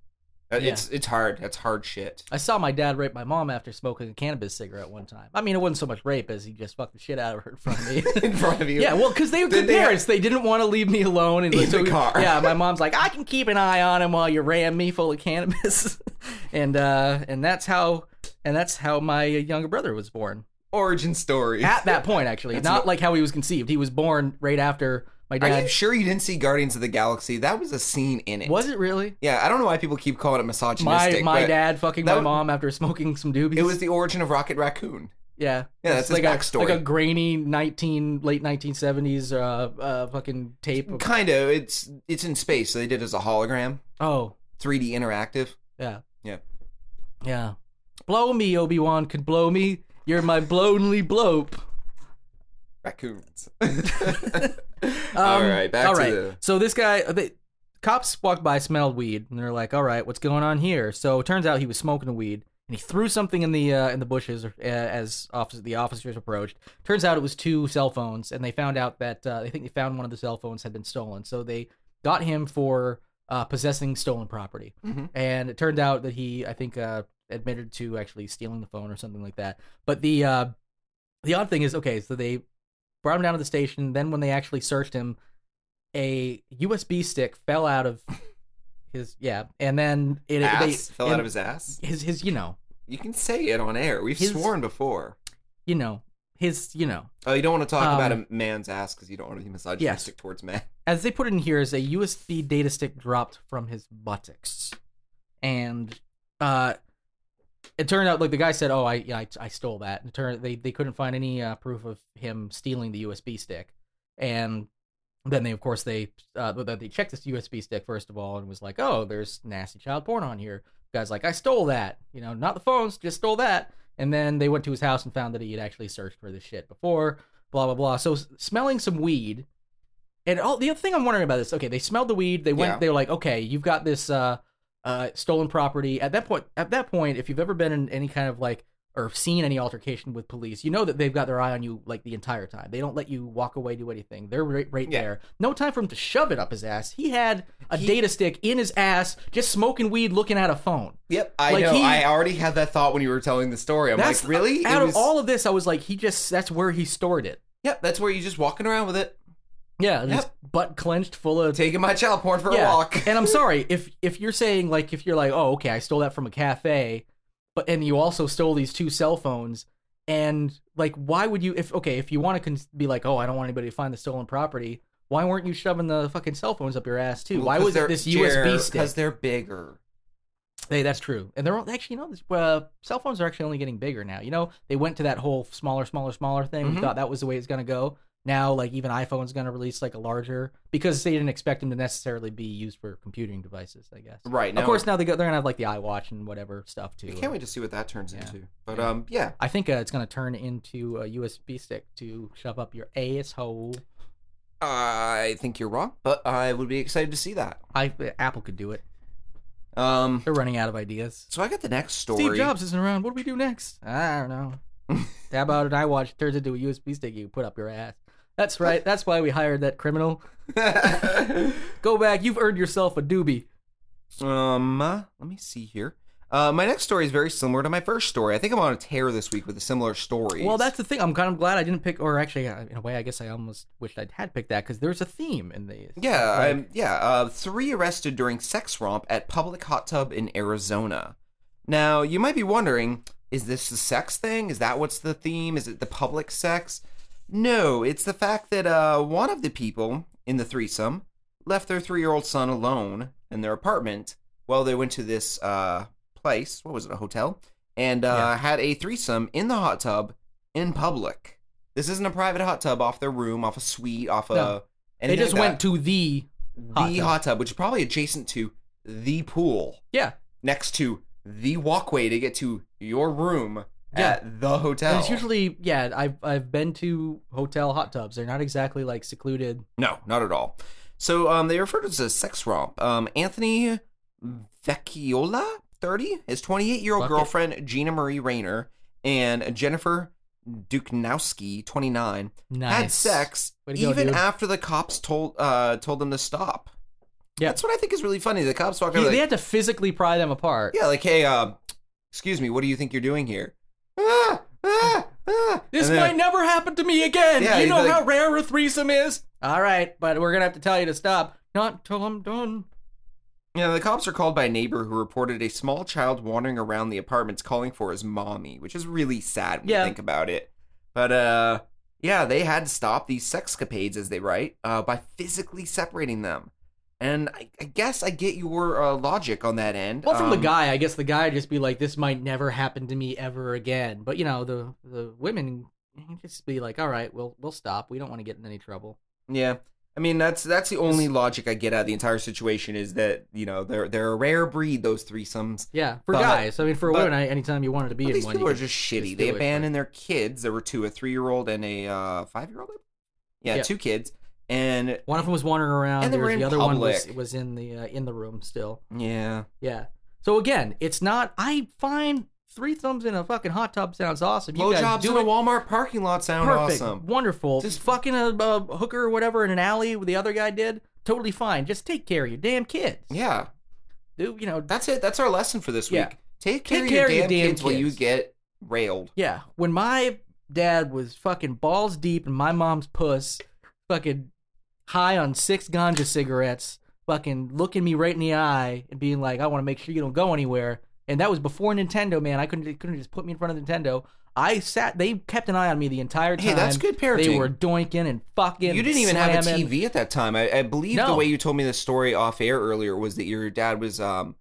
Speaker 2: Uh, It's it's hard. That's hard shit.
Speaker 3: I saw my dad rape my mom after smoking a cannabis cigarette one time. I mean, it wasn't so much rape as he just fucked the shit out of her in front of me.
Speaker 2: In front of you.
Speaker 3: yeah, well, because they were
Speaker 2: Did
Speaker 3: good
Speaker 2: they-
Speaker 3: parents. They didn't want to leave me alone. And
Speaker 2: In
Speaker 3: like, so
Speaker 2: the
Speaker 3: we-
Speaker 2: car.
Speaker 3: Yeah, my mom's like, I can keep an eye on him while you ram me full of cannabis, and uh, and that's how and that's how my younger brother was born.
Speaker 2: origin story.
Speaker 3: At that point, actually, not like how he was conceived. He was born right after my
Speaker 2: Are you
Speaker 3: dad.
Speaker 2: sure you didn't see Guardians of the Galaxy? That was a scene in it.
Speaker 3: Was it really?
Speaker 2: Yeah, I don't know why people keep calling it
Speaker 3: my
Speaker 2: misogynistic.
Speaker 3: my
Speaker 2: but
Speaker 3: dad fucking
Speaker 2: that
Speaker 3: my
Speaker 2: would-
Speaker 3: mom after smoking some doobies.
Speaker 2: It was the origin of Rocket Raccoon.
Speaker 3: yeah,
Speaker 2: Yeah, that's
Speaker 3: It's
Speaker 2: his
Speaker 3: like a
Speaker 2: backstory.
Speaker 3: like a grainy nineteen late nineteen seventies uh uh fucking tape. Of,
Speaker 2: Kind of. It's it's in space. So they did it as a hologram,
Speaker 3: oh
Speaker 2: 3D interactive.
Speaker 3: yeah
Speaker 2: Yeah.
Speaker 3: yeah, blow me Obi Wan could blow me. You're my blonely blope.
Speaker 2: Raccoons.
Speaker 3: Um,
Speaker 2: all right, back
Speaker 3: all
Speaker 2: to
Speaker 3: right.
Speaker 2: the.
Speaker 3: So this guy, the cops walked by, smelled weed, and they're like, "All right, what's going on here?" So it turns out he was smoking weed, and he threw something in the uh, in the bushes uh, as office, the officers approached. Turns out it was two cell phones, and they found out that uh, they think they found one of the cell phones had been stolen. So they got him for uh, possessing stolen property,
Speaker 2: Mm-hmm.
Speaker 3: and it turned out that he, I think, uh, admitted to actually stealing the phone or something like that. But the uh, the odd thing is, okay, so they brought him down to the station. Then when they actually searched him, a USB stick fell out of his yeah, and then it they-
Speaker 2: Ass fell out
Speaker 3: and
Speaker 2: of his ass.
Speaker 3: his his you know
Speaker 2: You can say it on air. We've
Speaker 3: His-
Speaker 2: sworn before.
Speaker 3: you know his you know
Speaker 2: Oh, you don't want to talk
Speaker 3: Um,
Speaker 2: about a man's ass because you don't want to be misogynistic towards men.
Speaker 3: as they put it in here is a USB data stick dropped from his buttocks, and uh, it turned out like the guy said, "Oh, I yeah, I, I stole that." And it turned they they couldn't find any uh, proof of him stealing the USB stick, and then they of course they uh, but they checked this USB stick first of all and was like, "Oh, there's nasty child porn on here." The guy's like, "I stole that," you know, not the phones, just stole that. And then they went to his house and found that he had actually searched for this shit before. Blah blah blah. So s- smelling some weed and all the other thing I'm wondering about is okay, they smelled the weed. They went.
Speaker 2: Yeah.
Speaker 3: They were like, okay, you've got this uh, uh, stolen property. At that point, at that point, if you've ever been in any kind of like or seen any altercation with police, you know that they've got their eye on you like the entire time. They don't let you walk away do anything. They're right, right
Speaker 2: Yeah.
Speaker 3: there. No time for him to shove it up his ass. He had a
Speaker 2: He-
Speaker 3: data stick in his ass, just smoking weed, looking at a phone.
Speaker 2: Yep, I
Speaker 3: Like
Speaker 2: know.
Speaker 3: he-
Speaker 2: I already had that thought when you were telling the story. I'm like, really? It
Speaker 3: Out
Speaker 2: was-
Speaker 3: of all of this, I was like, he just that's where he stored it.
Speaker 2: Yep, that's where you're just walking around with it,
Speaker 3: Yeah, just
Speaker 2: Yep.
Speaker 3: butt clenched, full of
Speaker 2: taking my child porn for a walk.
Speaker 3: and I'm sorry if if you're saying like if you're like, oh, okay, I stole that from a cafe, but and you also stole these two cell phones, and like, why would you if okay if you want to cons- be like, oh, I don't want anybody to find the stolen property. Why weren't you shoving the fucking cell phones up your ass too? Why was it this USB
Speaker 2: Because
Speaker 3: stick?
Speaker 2: they're bigger.
Speaker 3: Hey, that's true. And they're all, actually, you know, this, uh, cell phones are actually only getting bigger now. You know, they went to that whole smaller, smaller, smaller thing. We
Speaker 2: Mhm.
Speaker 3: thought that was the way it's going to go. Now, like even iPhone's going to release like a larger because they didn't expect them to necessarily be used for computing devices. I guess.
Speaker 2: Right.
Speaker 3: Of course, now they go, they're going to have like the iWatch and whatever stuff
Speaker 2: I
Speaker 3: too.
Speaker 2: can't wait to see what that turns
Speaker 3: Yeah.
Speaker 2: into. But
Speaker 3: Yeah.
Speaker 2: um, yeah,
Speaker 3: I think uh, it's going to turn into a USB stick to shove up your asshole.
Speaker 2: I think you're wrong, but I would be excited to see that.
Speaker 3: I Apple could do it.
Speaker 2: Um,
Speaker 3: They're running out of ideas.
Speaker 2: so I got the next story.
Speaker 3: Steve Jobs isn't around. What do we do next? I don't know. How about an iWatch turns into a USB stick you put up your ass? That's right. That's why we hired that criminal. Go back. You've earned yourself a doobie.
Speaker 2: Um, uh, let me see here. Uh, my next story is very similar to my first story. I think I'm on a tear this week with a similar story.
Speaker 3: Well, that's the thing. I'm kind of glad I didn't pick, or actually, uh, in a way, I guess I almost wished I had picked that because there's a theme in these.
Speaker 2: yeah,
Speaker 3: Like,
Speaker 2: I'm, yeah. Uh, three arrested during sex romp at public hot tub in Arizona. Now you might be wondering, is this the sex thing? Is that what's the theme? Is it the public sex? No, it's the fact that uh, one of the people in the threesome left their three-year-old son alone in their apartment while they went to this uh, place. What was it? A hotel, and uh, had a threesome in the hot tub in public. This isn't a private hot tub off their room, off a suite, off
Speaker 3: No.
Speaker 2: a.
Speaker 3: they
Speaker 2: anything
Speaker 3: just
Speaker 2: like
Speaker 3: went
Speaker 2: that.
Speaker 3: to the hot
Speaker 2: the
Speaker 3: tub.
Speaker 2: hot tub, which is probably adjacent to the pool
Speaker 3: yeah.
Speaker 2: next to the walkway to get to your room
Speaker 3: Yeah.
Speaker 2: at the hotel.
Speaker 3: And it's usually yeah. I've I've been to hotel hot tubs. They're not exactly like secluded.
Speaker 2: No, not at all. So um, they refer to this as a sex romp. Um, Anthony Vecchiola, 30, his 28 year old
Speaker 3: Fuck it.
Speaker 2: girlfriend, Gina Marie Rayner, and Jennifer Duknowski, 29,
Speaker 3: Nice.
Speaker 2: had sex
Speaker 3: Way to go,
Speaker 2: even
Speaker 3: dude.
Speaker 2: after the cops told uh, told them to stop.
Speaker 3: Yeah.
Speaker 2: That's what I think is really funny. The cops walk
Speaker 3: You-
Speaker 2: over like,
Speaker 3: they had to physically pry them apart.
Speaker 2: yeah, like, hey, uh, excuse me, what do you think you're doing here? Ah, ah, ah.
Speaker 3: This
Speaker 2: And then-
Speaker 3: might never happen to me again.
Speaker 2: Yeah,
Speaker 3: you
Speaker 2: he'd
Speaker 3: know
Speaker 2: be
Speaker 3: how
Speaker 2: like-
Speaker 3: rare a threesome is. All right, but we're gonna have to tell you to stop. Not till I'm done.
Speaker 2: Yeah, the cops are called by a neighbor who reported a small child wandering around the apartments calling for his mommy, which is really sad when
Speaker 3: Yeah.
Speaker 2: you think about it. But uh yeah, they had to stop these sexcapades, as they write, uh, by physically separating them. And I, I guess I get your uh, logic on that end.
Speaker 3: Well, from the
Speaker 2: Um,
Speaker 3: guy, I guess the guy would just be like, "This might never happen to me ever again." But you know, the the women can just be like, "All right, we'll we'll stop. We don't want to get in any trouble."
Speaker 2: Yeah. I mean that's that's the only logic I get out of the entire situation is that you know they're they're a rare breed those threesomes
Speaker 3: Yeah, for
Speaker 2: But-
Speaker 3: guys. I mean, for
Speaker 2: but-
Speaker 3: women, I, anytime you wanted to be
Speaker 2: But
Speaker 3: in
Speaker 2: these
Speaker 3: one,
Speaker 2: people are
Speaker 3: you could
Speaker 2: just shitty.
Speaker 3: do
Speaker 2: they
Speaker 3: it, but-
Speaker 2: abandon their kids. There were two, a three-year-old and a uh, five-year-old. Yeah,
Speaker 3: Yeah.
Speaker 2: two kids, and
Speaker 3: One of them was wandering around.
Speaker 2: And they
Speaker 3: there
Speaker 2: were
Speaker 3: was
Speaker 2: in
Speaker 3: the other one was,
Speaker 2: public.
Speaker 3: was in the uh, in the room still.
Speaker 2: yeah,
Speaker 3: Yeah. So again, it's not. I find threesomes in a fucking hot tub sounds awesome. You guys
Speaker 2: blowjobs
Speaker 3: do
Speaker 2: in a
Speaker 3: it.
Speaker 2: Walmart parking lot sound
Speaker 3: Perfect.
Speaker 2: awesome.
Speaker 3: Wonderful. Just
Speaker 2: Just-
Speaker 3: fucking a, a hooker or whatever in an alley. The other guy did. Totally fine. Just take care of your damn kids.
Speaker 2: Yeah,
Speaker 3: Do you know?
Speaker 2: that's it. That's our lesson for this
Speaker 3: Yeah.
Speaker 2: week. Take
Speaker 3: Take
Speaker 2: care,
Speaker 3: care
Speaker 2: of your damn, kids, while you
Speaker 3: kids.
Speaker 2: get railed.
Speaker 3: Yeah. When my dad was fucking balls deep in my mom's puss, fucking high on six ganja cigarettes, fucking looking me right in the eye and being like, "I want to make sure you don't go anywhere." And that was before Nintendo, man. I couldn't they couldn't just put me in front of Nintendo. I sat. They kept an eye on me the entire time.
Speaker 2: Hey, that's good
Speaker 3: They
Speaker 2: parenting.
Speaker 3: were doinking and fucking.
Speaker 2: You didn't even have a
Speaker 3: slamming.
Speaker 2: TV at that time. I, I believe the
Speaker 3: No.
Speaker 2: way you told me this story off air earlier was that your dad was um,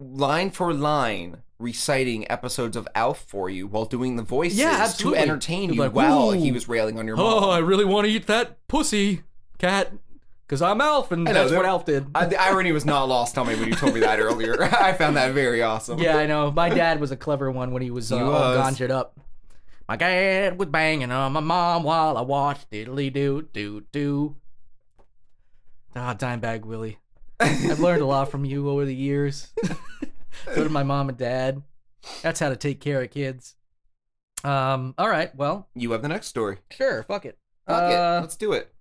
Speaker 2: line for line reciting episodes of Alf for you while doing the voices
Speaker 3: Yeah,
Speaker 2: to
Speaker 3: absolutely.
Speaker 2: entertain
Speaker 3: He'd
Speaker 2: you
Speaker 3: be like,
Speaker 2: while
Speaker 3: "Ooh.
Speaker 2: he was railing on your mom.
Speaker 3: Oh, I really want to eat that pussy cat because I'm Alf, and
Speaker 2: I know,
Speaker 3: that's
Speaker 2: there-
Speaker 3: what Alf did.
Speaker 2: Uh, the irony was not lost on me when you told me that earlier. I found that very awesome.
Speaker 3: yeah, I know. My dad was a clever one when he was, uh,
Speaker 2: He
Speaker 3: all
Speaker 2: was.
Speaker 3: ganja'd up. My dad was banging on my mom while I watched diddly doo doo doo. Ah, Dimebag Willie. I've learned a lot from you over the years. so did my mom and dad. That's how to take care of kids. Um. All right. Well,
Speaker 2: You have the next story.
Speaker 3: sure. Fuck it.
Speaker 2: Fuck
Speaker 3: Uh,
Speaker 2: it. Let's do it.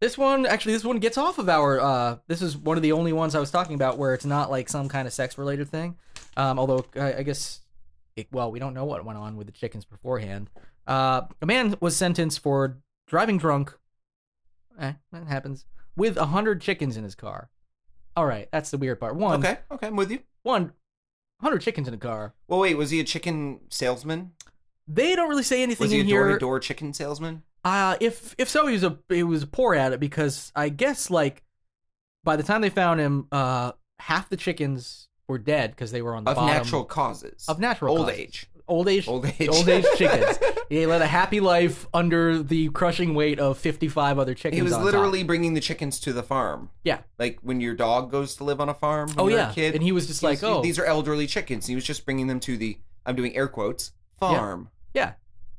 Speaker 3: This one, actually, this one gets off of our. Uh, this is one of the only ones I was talking about where it's not like some kind of sex related thing. Um, although I, I guess, it, well, we don't know what went on with the chickens beforehand. Uh, a man was sentenced for driving drunk. Eh, that happens. With a hundred chickens in his car. All right, that's the weird part. One,
Speaker 2: Okay. Okay. I'm with you.
Speaker 3: one, hundred chickens in a car.
Speaker 2: Well, wait. Was he a chicken salesman?
Speaker 3: They don't really say anything
Speaker 2: Was he a
Speaker 3: in here.
Speaker 2: door to door chicken salesman?
Speaker 3: Uh if if so, he was a he was poor at it because I guess like by the time they found him, uh half the chickens were dead because they were on the
Speaker 2: of
Speaker 3: bottom
Speaker 2: natural causes
Speaker 3: of natural
Speaker 2: old
Speaker 3: causes.
Speaker 2: age.
Speaker 3: old age
Speaker 2: Old age.
Speaker 3: old age chickens. they led a happy life under the crushing weight of fifty five other chickens.
Speaker 2: He was
Speaker 3: on top.
Speaker 2: literally bringing the chickens to the farm.
Speaker 3: yeah.
Speaker 2: Like when your dog goes to live on a farm. When
Speaker 3: Oh
Speaker 2: you're
Speaker 3: yeah,
Speaker 2: a kid,
Speaker 3: and he was just like, oh
Speaker 2: these are elderly chickens. He was just bringing them to the. I'm doing air quotes. Farm.
Speaker 3: yeah,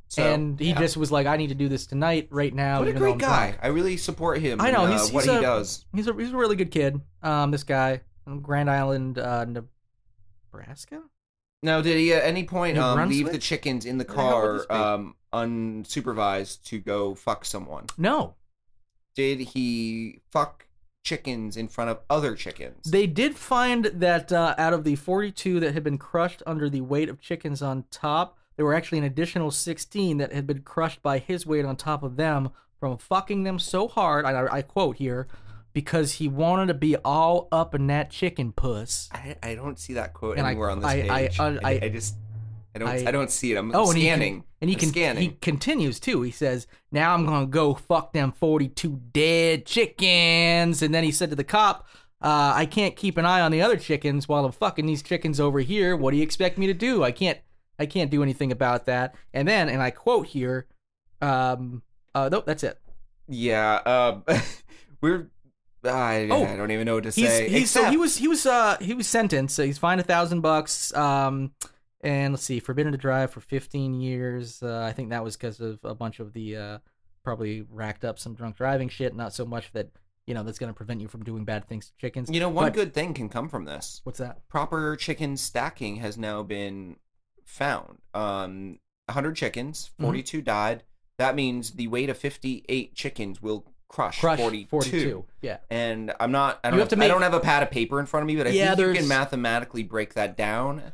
Speaker 2: So,
Speaker 3: and he
Speaker 2: yeah.
Speaker 3: just was like, I need to do this tonight, right now.
Speaker 2: What a
Speaker 3: even though
Speaker 2: great
Speaker 3: I'm
Speaker 2: guy!
Speaker 3: drunk."
Speaker 2: I really support him.
Speaker 3: I know,
Speaker 2: and, uh,
Speaker 3: he's-
Speaker 2: what
Speaker 3: he's
Speaker 2: he
Speaker 3: a-
Speaker 2: does.
Speaker 3: He's a he's a really good kid. Um, this guy from Grand Island, uh, Nebraska.
Speaker 2: Now, did he at any point
Speaker 3: New
Speaker 2: um, leave
Speaker 3: Brunswick?
Speaker 2: the chickens in the
Speaker 3: Where the hell would
Speaker 2: car
Speaker 3: this be?
Speaker 2: um, unsupervised to go fuck someone?
Speaker 3: No,
Speaker 2: Did he fuck chickens in front of other chickens?
Speaker 3: They did find that uh, out of the 42 that had been crushed under the weight of chickens on top, there were actually an additional 16 that had been crushed by his weight on top of them from fucking them so hard. And I, I quote here because he wanted to be all up in that chicken puss.
Speaker 2: I, I don't see that quote
Speaker 3: And I-
Speaker 2: anywhere on this
Speaker 3: I- I-
Speaker 2: page.
Speaker 3: I- I-
Speaker 2: just I don't I,
Speaker 3: I-
Speaker 2: don't see it. I'm
Speaker 3: Oh, and he
Speaker 2: um, scanning.
Speaker 3: can, and he
Speaker 2: I'm
Speaker 3: can he
Speaker 2: scanning.
Speaker 3: continues too. He says, "Now I'm gonna go fuck them 42 dead chickens." And then he said to the cop, uh, "I can't keep an eye on the other chickens while I'm fucking these chickens over here. What do you expect me to do? I can't I can't do anything about that." And then, and I quote here, um, uh, nope, that's it.
Speaker 2: Yeah, um, we're. I,
Speaker 3: Oh,
Speaker 2: I don't even know what to
Speaker 3: He's,
Speaker 2: say.
Speaker 3: he's so
Speaker 2: except-
Speaker 3: he was he was uh he was sentenced. So he's fined a thousand bucks. Um. And let's see, forbidden to drive for 15 years. Uh, I think that was because of a bunch of the uh, probably racked up some drunk driving shit. Not so much that you know that's going to prevent you from doing bad things to chickens.
Speaker 2: You know, one
Speaker 3: But-
Speaker 2: good thing can come from this.
Speaker 3: What's that?
Speaker 2: Proper chicken stacking has now been found. Um, 100 chickens,
Speaker 3: Mm-hmm.
Speaker 2: 42 died. That means the weight of 58 chickens will crush,
Speaker 3: Crush
Speaker 2: 42.
Speaker 3: 42. Yeah.
Speaker 2: And I'm not. I don't.
Speaker 3: You
Speaker 2: have
Speaker 3: have to
Speaker 2: I
Speaker 3: make-
Speaker 2: don't have a pad of paper in front of me, but I
Speaker 3: Yeah,
Speaker 2: think you
Speaker 3: there's-
Speaker 2: can mathematically break that down.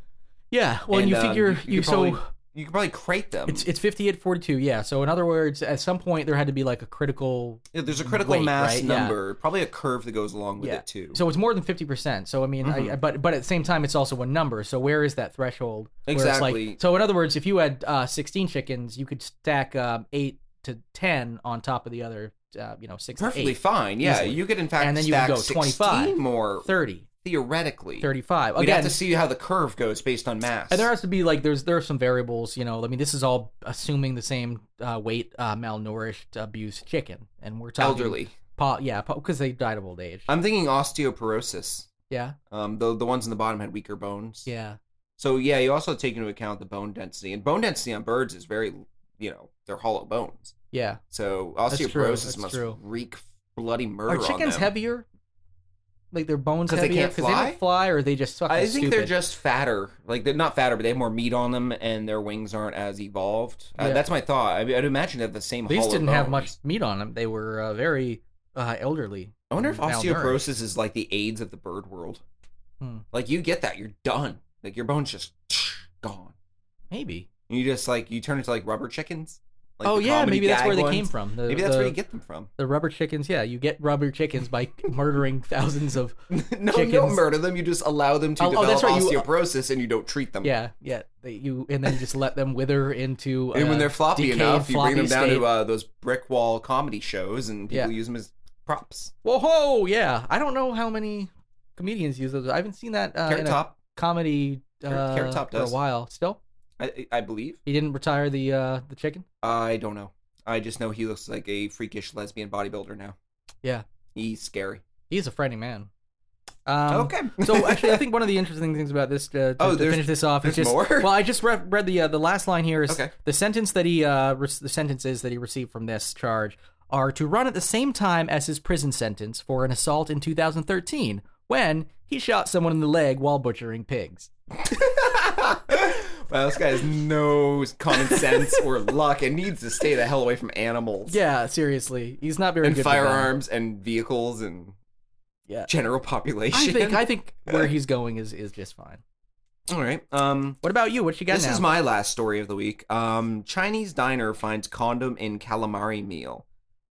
Speaker 3: Yeah. Well, and, you
Speaker 2: um,
Speaker 3: figure
Speaker 2: could
Speaker 3: you, so
Speaker 2: probably, you could probably crate them.
Speaker 3: it's it's 58 42. Yeah. So in other words, at some point there had to be like a critical
Speaker 2: Yeah, There's a critical
Speaker 3: weight,
Speaker 2: mass
Speaker 3: right? Yeah.
Speaker 2: number, probably a curve that goes along with
Speaker 3: Yeah.
Speaker 2: it too.
Speaker 3: So it's more than fifty percent. So I mean, I-
Speaker 2: Mm-hmm.
Speaker 3: I, but but at the same time, it's also a number. So where is that threshold? where it's like-
Speaker 2: Exactly.
Speaker 3: so in other words, if you had uh, sixteen chickens, you could stack um, eight to ten on top of the other, uh, you know, six to
Speaker 2: perfectly
Speaker 3: eight,
Speaker 2: fine. Yeah,
Speaker 3: easily.
Speaker 2: you could in fact
Speaker 3: And then you
Speaker 2: stack
Speaker 3: would go
Speaker 2: 16
Speaker 3: 25,
Speaker 2: more
Speaker 3: 30,
Speaker 2: theoretically.
Speaker 3: 35.
Speaker 2: We'd
Speaker 3: Again,
Speaker 2: have to see how the curve goes based on mass.
Speaker 3: and there has to be like there's there are some variables. You know, I mean, this is all assuming the same uh, weight, uh, malnourished, abused chicken, and we're talking
Speaker 2: elderly. Uh,
Speaker 3: Pa- yeah, because they died of old age.
Speaker 2: I'm thinking osteoporosis.
Speaker 3: yeah,
Speaker 2: Um, the the ones in the bottom had weaker bones.
Speaker 3: yeah.
Speaker 2: So yeah, you also take into account the bone density, and bone density on birds is very, you know, they're hollow bones.
Speaker 3: Yeah.
Speaker 2: So
Speaker 3: true,
Speaker 2: osteoporosis
Speaker 3: that's
Speaker 2: must
Speaker 3: true.
Speaker 2: wreak bloody murder.
Speaker 3: Are
Speaker 2: on
Speaker 3: chickens
Speaker 2: them.
Speaker 3: heavier? Like their bones
Speaker 2: 'Cause they
Speaker 3: heavier
Speaker 2: can't
Speaker 3: because they,
Speaker 2: fly?
Speaker 3: don't fly, or they just suck.
Speaker 2: I think they're just fatter. Like they're not fatter, but they have more meat on them, and their wings aren't as evolved. Uh,
Speaker 3: Yeah.
Speaker 2: that's my thought. I mean, I'd imagine they have the same.
Speaker 3: these
Speaker 2: hollow
Speaker 3: didn't have much
Speaker 2: bones.
Speaker 3: meat on them. They were uh, very uh, elderly.
Speaker 2: I wonder if
Speaker 3: and Mm, malnourished.
Speaker 2: osteoporosis is like the AIDS of the bird world.
Speaker 3: Hmm.
Speaker 2: Like you get that, you're done. Like your bones just gone.
Speaker 3: Maybe.
Speaker 2: You just like you turn into like rubber chickens. Like
Speaker 3: oh
Speaker 2: the
Speaker 3: yeah,
Speaker 2: comedy
Speaker 3: maybe that's
Speaker 2: gag
Speaker 3: where they
Speaker 2: ones.
Speaker 3: came from. The,
Speaker 2: Maybe that's
Speaker 3: the,
Speaker 2: where you get them from.
Speaker 3: the rubber chickens. Yeah, you get rubber chickens by murdering thousands of.
Speaker 2: no, you don't
Speaker 3: Chickens.
Speaker 2: murder them. You just allow them to
Speaker 3: Oh, oh,
Speaker 2: develop
Speaker 3: that's right, you-
Speaker 2: osteoporosis, and you don't treat them.
Speaker 3: Yeah, yeah. They, you and then just let them wither into.
Speaker 2: And when
Speaker 3: uh,
Speaker 2: they're floppy
Speaker 3: decayed,
Speaker 2: enough, you bring
Speaker 3: floppy
Speaker 2: them down
Speaker 3: state.
Speaker 2: to uh, those brick wall comedy shows, and people
Speaker 3: Yeah.
Speaker 2: use them as props.
Speaker 3: uh, Whoa, ho, yeah. I don't know how many comedians use those. I haven't seen that uh,
Speaker 2: Carrot
Speaker 3: in a
Speaker 2: Top,
Speaker 3: comedy uh,
Speaker 2: Carrot- Carrot Top
Speaker 3: for a
Speaker 2: does.
Speaker 3: while. Still,
Speaker 2: I, I believe.
Speaker 3: he didn't retire the uh, the chicken.
Speaker 2: I don't know. I just know he looks like a freakish lesbian bodybuilder now.
Speaker 3: Yeah.
Speaker 2: he's scary.
Speaker 3: He's a frightening man. Um,
Speaker 2: okay.
Speaker 3: so actually, I think one of the interesting things about this uh, to, to,
Speaker 2: Oh,
Speaker 3: to
Speaker 2: there's-
Speaker 3: finish this off is
Speaker 2: there's
Speaker 3: just
Speaker 2: more?
Speaker 3: well, I just re- read the uh, the last line here is
Speaker 2: Okay.
Speaker 3: the sentence that he uh, re- the sentences that he received from this charge are to run at the same time as his prison sentence for an assault in 2013 when he shot someone in the leg while butchering pigs.
Speaker 2: wow, this guy has no common sense or luck, and needs to stay the hell away from animals.
Speaker 3: Yeah, seriously, he's not very
Speaker 2: and
Speaker 3: good. with that.
Speaker 2: firearms and vehicles and
Speaker 3: Yeah.
Speaker 2: general population.
Speaker 3: I think I think where he's going is is just fine.
Speaker 2: All right. Um,
Speaker 3: What about you? What you got
Speaker 2: this
Speaker 3: now?
Speaker 2: is my last story of the week. Um, Chinese diner finds condom in calamari meal.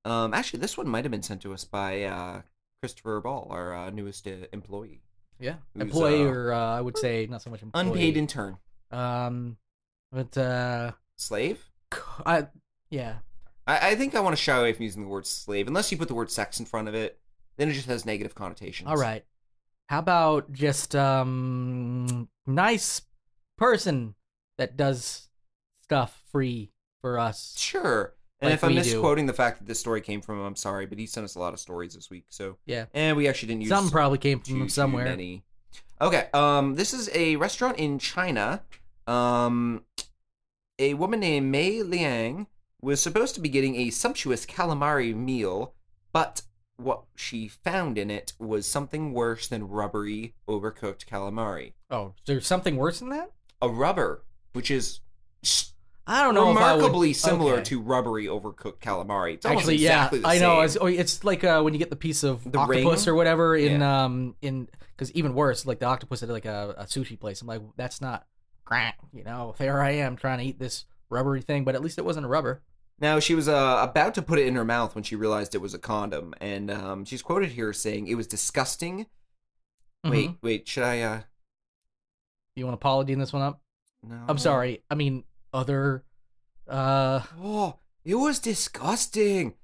Speaker 2: Um, actually, this one might have been sent to us by uh, Christopher Ball, our uh, newest uh, employee,
Speaker 3: yeah,
Speaker 2: who's,
Speaker 3: employee
Speaker 2: uh,
Speaker 3: or uh, I would say not so much employee.
Speaker 2: unpaid intern,
Speaker 3: Um, but uh,
Speaker 2: slave.
Speaker 3: c- I yeah,
Speaker 2: I, I think I want to shy away from using the word slave, unless you put the word sex in front of it. Then it just has negative connotations.
Speaker 3: all right. How about just um nice person that does stuff free for us?
Speaker 2: Sure. And
Speaker 3: Like
Speaker 2: if I'm
Speaker 3: we do.
Speaker 2: misquoting the fact that this story came from him, I'm sorry, but he sent us a lot of stories this week. So
Speaker 3: Yeah.
Speaker 2: and we actually didn't use
Speaker 3: Some probably came
Speaker 2: too-
Speaker 3: from
Speaker 2: too
Speaker 3: somewhere.
Speaker 2: many. Okay. Um, this is a restaurant in China. Um, a woman named Mei Liang was supposed to be getting a sumptuous calamari meal, but what she found in it was something worse than rubbery, overcooked calamari.
Speaker 3: Oh, there's something worse than that?
Speaker 2: A rubber, which is
Speaker 3: I don't know. if I would-
Speaker 2: remarkably similar
Speaker 3: Okay.
Speaker 2: to rubbery, overcooked calamari. It's almost
Speaker 3: Actually,
Speaker 2: exactly
Speaker 3: yeah,
Speaker 2: the
Speaker 3: I know.
Speaker 2: same.
Speaker 3: It's, oh, it's like uh, when you get the piece of
Speaker 2: The
Speaker 3: octopus
Speaker 2: ring?
Speaker 3: or whatever in um in because even worse, like the octopus at like a, a sushi place. I'm like, that's not, you know. There I am trying to eat this rubbery thing, but at least it wasn't a rubber.
Speaker 2: Now she was uh, about to put it in her mouth when she realized it was a condom, and um, she's quoted here saying it was disgusting. Wait,
Speaker 3: Mhm.
Speaker 2: wait, should I? uh
Speaker 3: you want to Paula Deen this one up?
Speaker 2: No,
Speaker 3: I'm sorry. I mean, other. Uh,
Speaker 2: Oh, it was disgusting.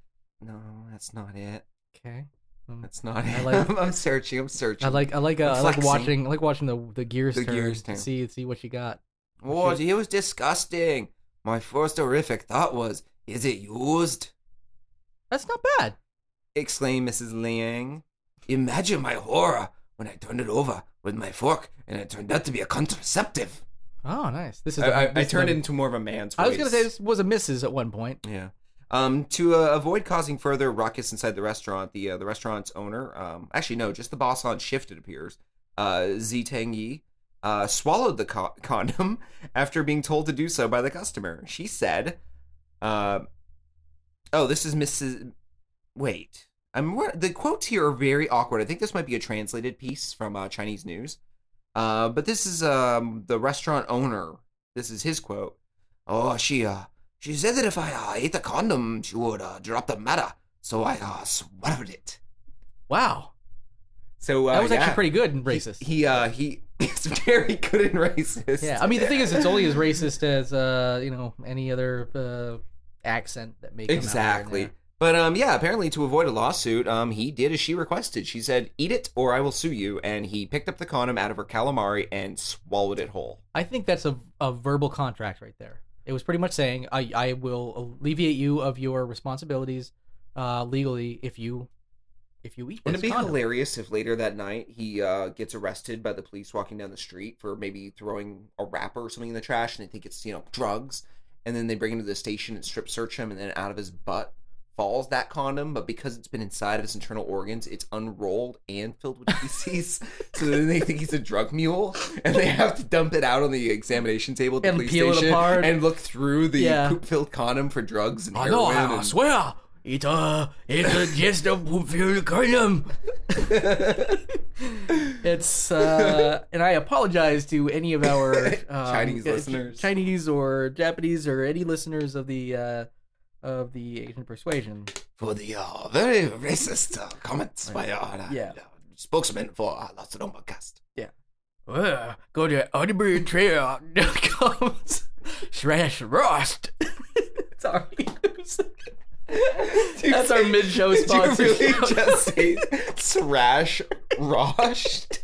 Speaker 2: No, that's not it.
Speaker 3: okay.
Speaker 2: That's not it.
Speaker 3: I like-
Speaker 2: I'm searching. I'm searching.
Speaker 3: I like I like uh, I like
Speaker 2: Flexing.
Speaker 3: watching I like watching the the gears
Speaker 2: The
Speaker 3: turn
Speaker 2: gears
Speaker 3: to
Speaker 2: turn.
Speaker 3: see see what you got.
Speaker 2: Oh, it was disgusting. My first horrific thought was, "Is it used?"
Speaker 3: That's not bad.
Speaker 2: exclaimed Mrs. Liang. Imagine my horror when I turned it over with my fork and it turned out to be a contraceptive.
Speaker 3: Oh, nice. This is
Speaker 2: I,
Speaker 3: a-
Speaker 2: I, I
Speaker 3: this is
Speaker 2: turned
Speaker 3: a-
Speaker 2: it into more of a man's voice.
Speaker 3: I was gonna say this was a misses at one point.
Speaker 2: Yeah. Um, to uh, avoid causing further ruckus inside the restaurant, the uh, the restaurant's owner, um, actually no, just the boss on shift, it appears, uh, Z Tang Yi, uh, swallowed the co- condom after being told to do so by the customer. She said, uh, "Oh, this is Mrs. Wait, I'm wor- the quotes here are very awkward. I think this might be a translated piece from uh, Chinese news, uh, but this is um, the restaurant owner. This is his quote. Oh, she uh." She said that if I uh, ate the condom, she would uh, drop the matter. So I uh, swallowed it.
Speaker 3: Wow,
Speaker 2: So uh,
Speaker 3: that was
Speaker 2: yeah.
Speaker 3: actually pretty good and racist.
Speaker 2: He, he, uh, he is very good and racist.
Speaker 3: yeah, I mean the thing is, it's only as racist as uh you know any other uh accent that makes
Speaker 2: exactly. But um, yeah, apparently to avoid a lawsuit, um, he did as she requested. She said, "Eat it, or I will sue you." And he picked up the condom out of her calamari and swallowed it whole.
Speaker 3: I think that's a a verbal contract right there. It was pretty much saying I I will alleviate you of your responsibilities uh legally if you if you eat this
Speaker 2: Wouldn't it be
Speaker 3: condom.
Speaker 2: hilarious if later that night he uh, gets arrested by the police walking down the street for maybe throwing a wrapper or something in the trash and they think it's, you know, drugs. And then they bring him to the station and strip search him. And then out of his butt falls that condom. But because it's been inside of his internal organs, it's unrolled and filled with feces. so then they think he's a drug mule. And they have to dump it out on the examination table at the
Speaker 3: And
Speaker 2: police
Speaker 3: peel it
Speaker 2: station
Speaker 3: apart.
Speaker 2: and look through the
Speaker 3: Yeah.
Speaker 2: poop filled condom for drugs and
Speaker 4: I
Speaker 2: heroin.
Speaker 4: know, I
Speaker 2: and-
Speaker 4: swear. It, uh, it, uh, just a fulfilled column.
Speaker 3: It's uh, and I apologize to any of our um,
Speaker 2: Chinese
Speaker 3: uh,
Speaker 2: listeners.
Speaker 3: Chinese or Japanese or any listeners of the uh, of the Asian persuasion.
Speaker 2: for the uh, very racist uh, comments by our uh,
Speaker 3: Yeah.
Speaker 2: uh, spokesman for uh, Los Lomba cast.
Speaker 4: Well, go to audibletrail.com slash rust.
Speaker 3: Sorry, that's our mid-show sponsor.
Speaker 2: Did you really just say thrash roshed?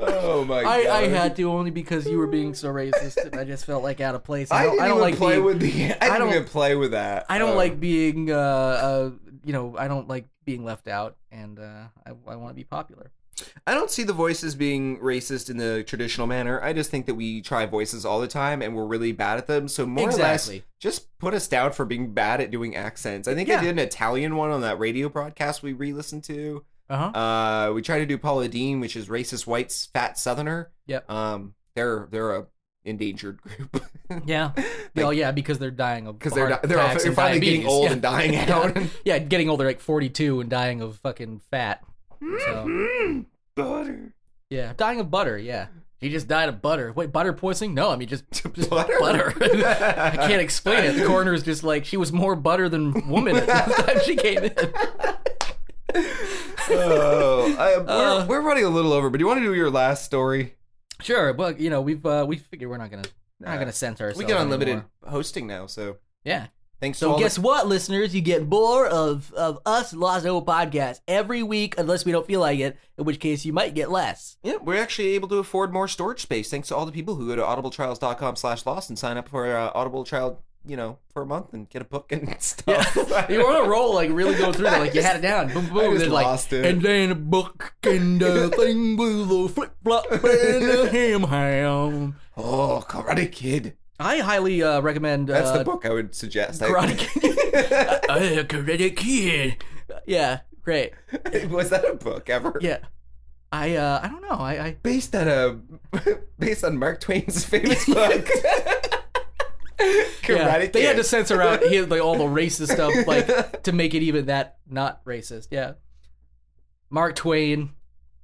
Speaker 2: oh my
Speaker 3: I,
Speaker 2: god.
Speaker 3: I had to only because you were being so racist, and I just felt like out of place.
Speaker 2: I,
Speaker 3: I don't,
Speaker 2: didn't
Speaker 3: I don't
Speaker 2: even
Speaker 3: like
Speaker 2: play
Speaker 3: being,
Speaker 2: with the. I, didn't
Speaker 3: don't-
Speaker 2: even play with that.
Speaker 3: I don't
Speaker 2: Oh.
Speaker 3: like being uh, uh, you know I don't like being left out, and uh, I, I want to be popular.
Speaker 2: I don't see the voices being racist in the traditional manner. I just think that we try voices all the time and we're really bad at them. So more or less,
Speaker 3: Exactly.
Speaker 2: just put us down for being bad at doing accents. I think I
Speaker 3: Yeah.
Speaker 2: did an Italian one on that radio broadcast we re-listened to.
Speaker 3: Uh-huh.
Speaker 2: Uh, we tried to do Paula Dean, which is racist white fat Southerner.
Speaker 3: Yep.
Speaker 2: Um, they're they're a endangered group.
Speaker 3: Yeah. oh yeah, because they're dying of
Speaker 2: Because they're
Speaker 3: heart
Speaker 2: di- they're,
Speaker 3: attacks
Speaker 2: they're
Speaker 3: and
Speaker 2: finally getting
Speaker 3: diabetes.
Speaker 2: old
Speaker 3: yeah.
Speaker 2: and dying out.
Speaker 3: yeah, getting older like 42 and dying of fucking fat. So,
Speaker 2: Mm-hmm. Butter.
Speaker 3: yeah, dying of butter, yeah. He just died of butter. Wait, butter poisoning? No, I mean just, just
Speaker 2: Butter?
Speaker 3: butter. I can't explain it. The coroner's just like she was more butter than woman at the time she came in.
Speaker 2: oh, I, we're,
Speaker 3: Uh.
Speaker 2: we're running a little over, but do you want to do your last story?
Speaker 3: Sure, but you know, we've uh, we figured we're not going to not
Speaker 2: Nah.
Speaker 3: going to censor ourselves.
Speaker 2: we get unlimited
Speaker 3: anymore.
Speaker 2: hosting now, so
Speaker 3: Yeah.
Speaker 2: Thanks to
Speaker 3: So
Speaker 2: all
Speaker 3: guess
Speaker 2: the-
Speaker 3: what, listeners? You get more of of us Lost Noble podcast every week, unless we don't feel like it, in which case you might get less.
Speaker 2: yeah, we're actually able to afford more storage space thanks to all the people who go to audibletrials.com slash lost and sign up for uh, Audible Trial, you know, for a month and get a book and stuff.
Speaker 3: You were on a roll, like really go through that, like you had it down, boom, boom,
Speaker 2: just
Speaker 3: then like,
Speaker 2: lost it.
Speaker 3: and then a book and a thing with a flip flop and a ham ham.
Speaker 2: oh, Karate Kid.
Speaker 3: I highly uh, recommend.
Speaker 2: That's
Speaker 3: uh,
Speaker 2: the book I would suggest.
Speaker 3: Karate Kid. uh, Karate Kid. Yeah, great.
Speaker 2: Kid. Was that a book ever?
Speaker 3: Yeah, I uh, I don't know. I, I
Speaker 2: Based on a based on Mark Twain's famous book. Karate
Speaker 3: yeah,
Speaker 2: Kid.
Speaker 3: they had to censor out he had, like all the racist stuff, like to make it even that not racist. Yeah, Mark Twain,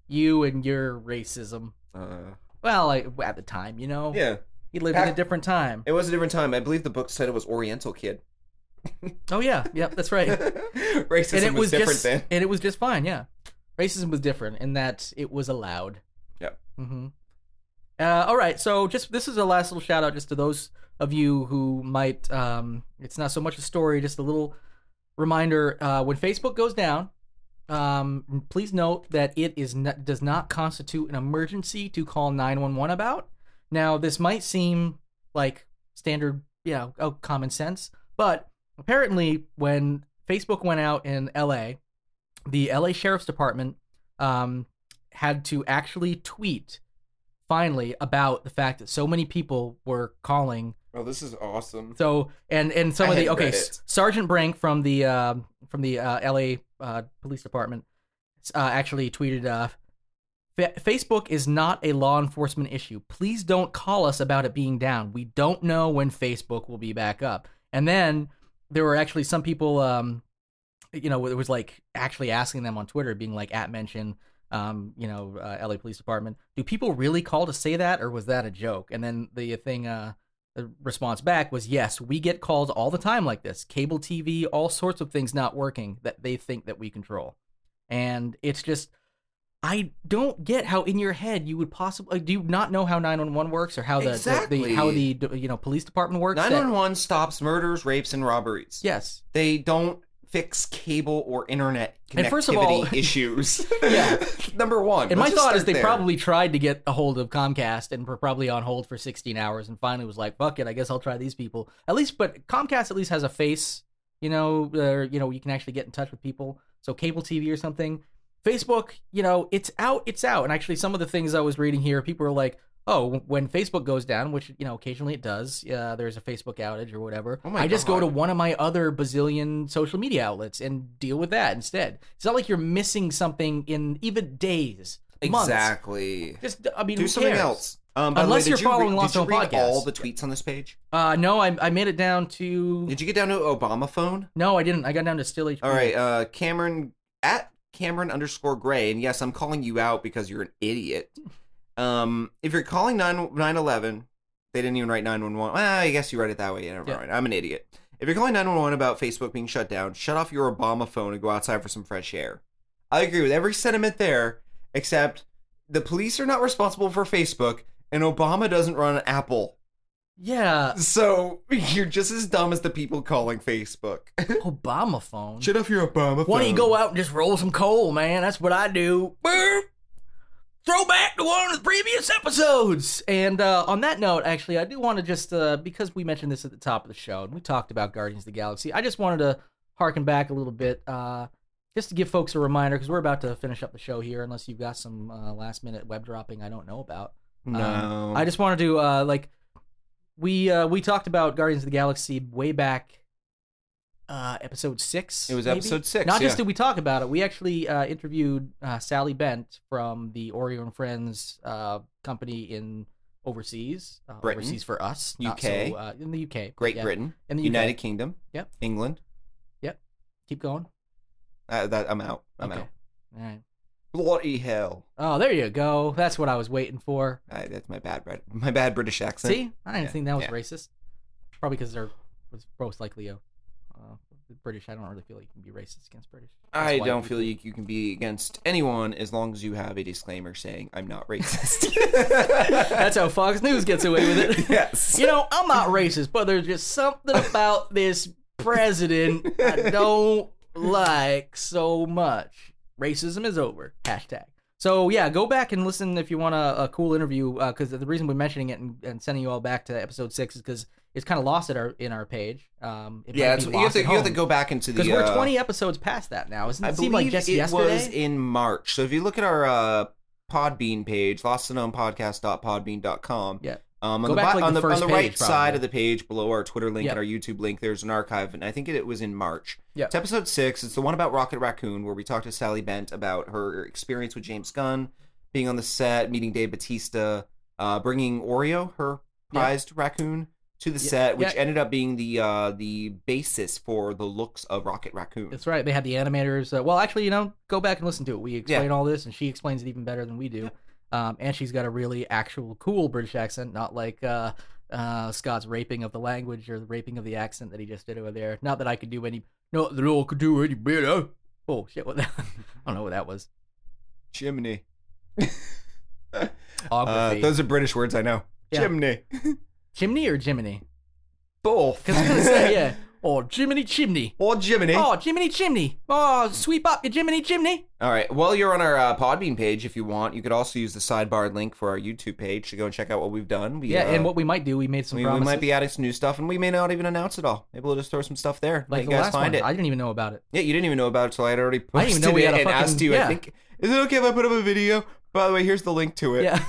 Speaker 3: you and your racism.
Speaker 2: Uh,
Speaker 3: Well, like at the time, you know,
Speaker 2: yeah.
Speaker 3: he lived in a different time.
Speaker 2: It was a different time. I believe the book's title was Oriental Kid.
Speaker 3: Oh yeah, yep, that's right.
Speaker 2: Racism
Speaker 3: and it
Speaker 2: was,
Speaker 3: was,
Speaker 2: different
Speaker 3: just
Speaker 2: then.
Speaker 3: and it was just fine. Yeah, racism was different in that it was allowed.
Speaker 2: Yep.
Speaker 3: Mm-hmm. Uh, all right, so just this is a last little shout out just to those of you who might. Um, it's not so much a story, just a little reminder. Uh, when Facebook goes down, um, please note that it is not, does not constitute an emergency to call nine one one about. Now, this might seem like standard, you know, oh, common sense, but apparently, when Facebook went out in LA, the LA Sheriff's Department um, had to actually tweet finally about the fact that so many people were calling.
Speaker 2: Oh, this is awesome.
Speaker 3: So and and some
Speaker 2: I
Speaker 3: of the
Speaker 2: had
Speaker 3: okay,
Speaker 2: read
Speaker 3: S-
Speaker 2: it.
Speaker 3: Sergeant Brink from the um from the uh, LA uh, Police Department uh, actually tweeted. Uh, Fa- Facebook is not a law enforcement issue. Please don't call us about it being down. We don't know when Facebook will be back up. And then there were actually some people, um, you know, it was like actually asking them on Twitter, being like at mention, um, you know, uh, LA Police Department. Do people really call to say that, or was that a joke? And then the thing, uh, the response back was, yes, we get calls all the time like this. Cable TV, all sorts of things not working that they think that we control, and it's just I don't get how in your head you would possibly like, do you not know how 911 works or how the, the, the how the
Speaker 2: Exactly.
Speaker 3: you know police department works. that-
Speaker 2: 911 stops murders, rapes, and robberies.
Speaker 3: yes,
Speaker 2: They don't fix cable or internet connectivity
Speaker 3: And first of all-
Speaker 2: issues.
Speaker 3: Yeah.
Speaker 2: Number one.
Speaker 3: And my
Speaker 2: Let's just
Speaker 3: thought is
Speaker 2: start
Speaker 3: they
Speaker 2: there.
Speaker 3: probably tried to get a hold of Comcast and were probably on hold for 16 hours and finally was like, fuck it, I guess I'll try these people. At least, but Comcast at least has a face, you know, where, you know, you can actually get in touch with people. So cable TV or something. Facebook, you know, it's out, it's out. And actually, some of the things I was reading here, people are like, oh, when Facebook goes down, which, you know, occasionally it does, uh, there's a Facebook outage or whatever.
Speaker 2: Oh my
Speaker 3: I just go
Speaker 2: God.
Speaker 3: to one of my other bazillion social media outlets and deal with that instead. It's not like you're missing something in even days. months.
Speaker 2: Exactly.
Speaker 3: Just I mean,
Speaker 2: Do
Speaker 3: who
Speaker 2: something
Speaker 3: cares?
Speaker 2: else. Um, by the
Speaker 3: Unless
Speaker 2: did
Speaker 3: you're
Speaker 2: you re-
Speaker 3: following Lost
Speaker 2: Did you
Speaker 3: Zone
Speaker 2: read
Speaker 3: Podcast.
Speaker 2: all the tweets on this page?
Speaker 3: Uh, no, I, I made it down to
Speaker 2: Did you get down to Obama phone?
Speaker 3: no, I didn't. I got down to still HP.
Speaker 2: All right, uh, Cameron at Cameron underscore Gray, and yes, I'm calling you out because you're an idiot. Um, if you're calling nine nine eleven, they didn't even write nine one one. Well, I guess you write it that way. Yeah, never
Speaker 3: Yeah.
Speaker 2: mind. I'm an idiot. If you're calling nine one one about Facebook being shut down, shut off your Obama phone and go outside for some fresh air. I agree with every sentiment there, except the police are not responsible for Facebook, and Obama doesn't run Apple.
Speaker 3: yeah,
Speaker 2: So you're just as dumb as the people calling Facebook.
Speaker 3: Obama phone.
Speaker 2: shut off your Obama phone.
Speaker 3: Why don't you go out and just roll some coal, man? That's what I do. Burp. Throw back to one of the previous episodes. And uh, on that note, actually, I do want to just uh, because we mentioned this at the top of the show and we talked about Guardians of the Galaxy. I just wanted to harken back a little bit, uh, just to give folks a reminder because we're about to finish up the show here. Unless you've got some uh, last minute web dropping I don't know about.
Speaker 2: No,
Speaker 3: Um, I just wanted to uh, like we uh, we talked about Guardians of the Galaxy way back uh, episode six.
Speaker 2: It was
Speaker 3: maybe?
Speaker 2: episode six,
Speaker 3: Not
Speaker 2: yeah.
Speaker 3: just did we talk about it, we actually uh, interviewed uh, Sally Bent from the Oreo and Friends uh, company in overseas, uh,
Speaker 2: Britain.
Speaker 3: overseas for us, not
Speaker 2: UK.
Speaker 3: so, uh, in the UK,
Speaker 2: Great
Speaker 3: Yeah.
Speaker 2: Britain,
Speaker 3: In the UK.
Speaker 2: United Kingdom,
Speaker 3: Yep.
Speaker 2: England.
Speaker 3: Keep going.
Speaker 2: Uh, that I'm out. I'm
Speaker 3: okay.
Speaker 2: out.
Speaker 3: All right.
Speaker 2: Bloody hell!
Speaker 3: Oh, there you go. That's what I was waiting for.
Speaker 2: I, that's my bad, Brit- my bad British accent.
Speaker 3: See, I didn't
Speaker 2: Yeah,
Speaker 3: think that was
Speaker 2: yeah.
Speaker 3: racist. Probably because they're was most likely a uh, British. I don't really feel like you can be racist against British.
Speaker 2: I
Speaker 3: That's why
Speaker 2: don't
Speaker 3: we-
Speaker 2: feel you, you can be against anyone as long as you have a disclaimer saying I'm not racist.
Speaker 3: That's how Fox News gets away with it.
Speaker 2: yes.
Speaker 3: You know, I'm not racist, but there's just something about this president I don't like so much. Racism is over. Hashtag. So yeah, go back and listen if you want a, a cool interview. Because the reason we're mentioning it and, and sending you all back to episode six is because it's kind of lost at our in our page. Um, it
Speaker 2: yeah, it's, you, have to, you have to go back into the.
Speaker 3: because we're
Speaker 2: uh,
Speaker 3: twenty episodes past that now. Isn't it
Speaker 2: I
Speaker 3: seem
Speaker 2: believe
Speaker 3: like just
Speaker 2: it
Speaker 3: yesterday?
Speaker 2: was in March. So if you look at our uh, Podbean page, lostandknownpodcast.podbean.com.
Speaker 3: Yeah.
Speaker 2: Um, on
Speaker 3: Go
Speaker 2: the,
Speaker 3: back
Speaker 2: bo-
Speaker 3: to, like,
Speaker 2: on
Speaker 3: the
Speaker 2: the, on
Speaker 3: first
Speaker 2: the
Speaker 3: page,
Speaker 2: right side
Speaker 3: probably.
Speaker 2: of the page below our Twitter link
Speaker 3: Yeah.
Speaker 2: and our YouTube link, there's an archive, and I think it, it was in March.
Speaker 3: Yeah.
Speaker 2: It's episode six. It's the one about Rocket Raccoon, where we talked to Sally Bent about her experience with James Gunn, being on the set, meeting Dave Batista, uh, bringing Oreo, her
Speaker 3: Yeah.
Speaker 2: prized raccoon, to the
Speaker 3: Yeah.
Speaker 2: set, which
Speaker 3: Yeah.
Speaker 2: ended up being the uh, the basis for the looks of Rocket Raccoon.
Speaker 3: That's right. They had the animators. Uh, well, actually, you know, go back and listen to it. We explain all this, and she explains it even better than we do. Um, and she's got a really actual cool British accent, not like uh, uh, Scott's raping of the language or the raping of the accent that he just did over there. Not that I could do any. Not that I could do any better. Oh shit! What? That, I don't know what that was.
Speaker 2: Chimney. Uh,
Speaker 3: Ography.
Speaker 2: those are British words I know.
Speaker 3: Yeah.
Speaker 2: Chimney.
Speaker 3: Chimney or Jiminy?
Speaker 2: Both.
Speaker 3: Because I'm gonna say yeah. Oh, Jiminy Chimney.
Speaker 2: Or Jiminy.
Speaker 3: Oh, Jiminy Chimney. Oh, sweep up your Jiminy Chimney.
Speaker 2: All right. While you're on our uh, Podbean page, if you want, you could also use the sidebar link for our YouTube page to go and check out what we've done. We,
Speaker 3: Yeah,
Speaker 2: uh,
Speaker 3: and what we might do, we made some
Speaker 2: we, we
Speaker 3: promises.
Speaker 2: might be adding some new stuff, and we may not even announce it all. Maybe we'll just throw some stuff there. let
Speaker 3: like
Speaker 2: you
Speaker 3: the
Speaker 2: guys
Speaker 3: last
Speaker 2: find
Speaker 3: one.
Speaker 2: it.
Speaker 3: I didn't even know about it.
Speaker 2: Yeah, you didn't even know about it till I had already posted
Speaker 3: I didn't even know we had
Speaker 2: it
Speaker 3: a
Speaker 2: and
Speaker 3: fucking-
Speaker 2: asked you.
Speaker 3: yeah.
Speaker 2: I think is it okay if I put up a video? By the way, here's the link to it.
Speaker 3: Yeah.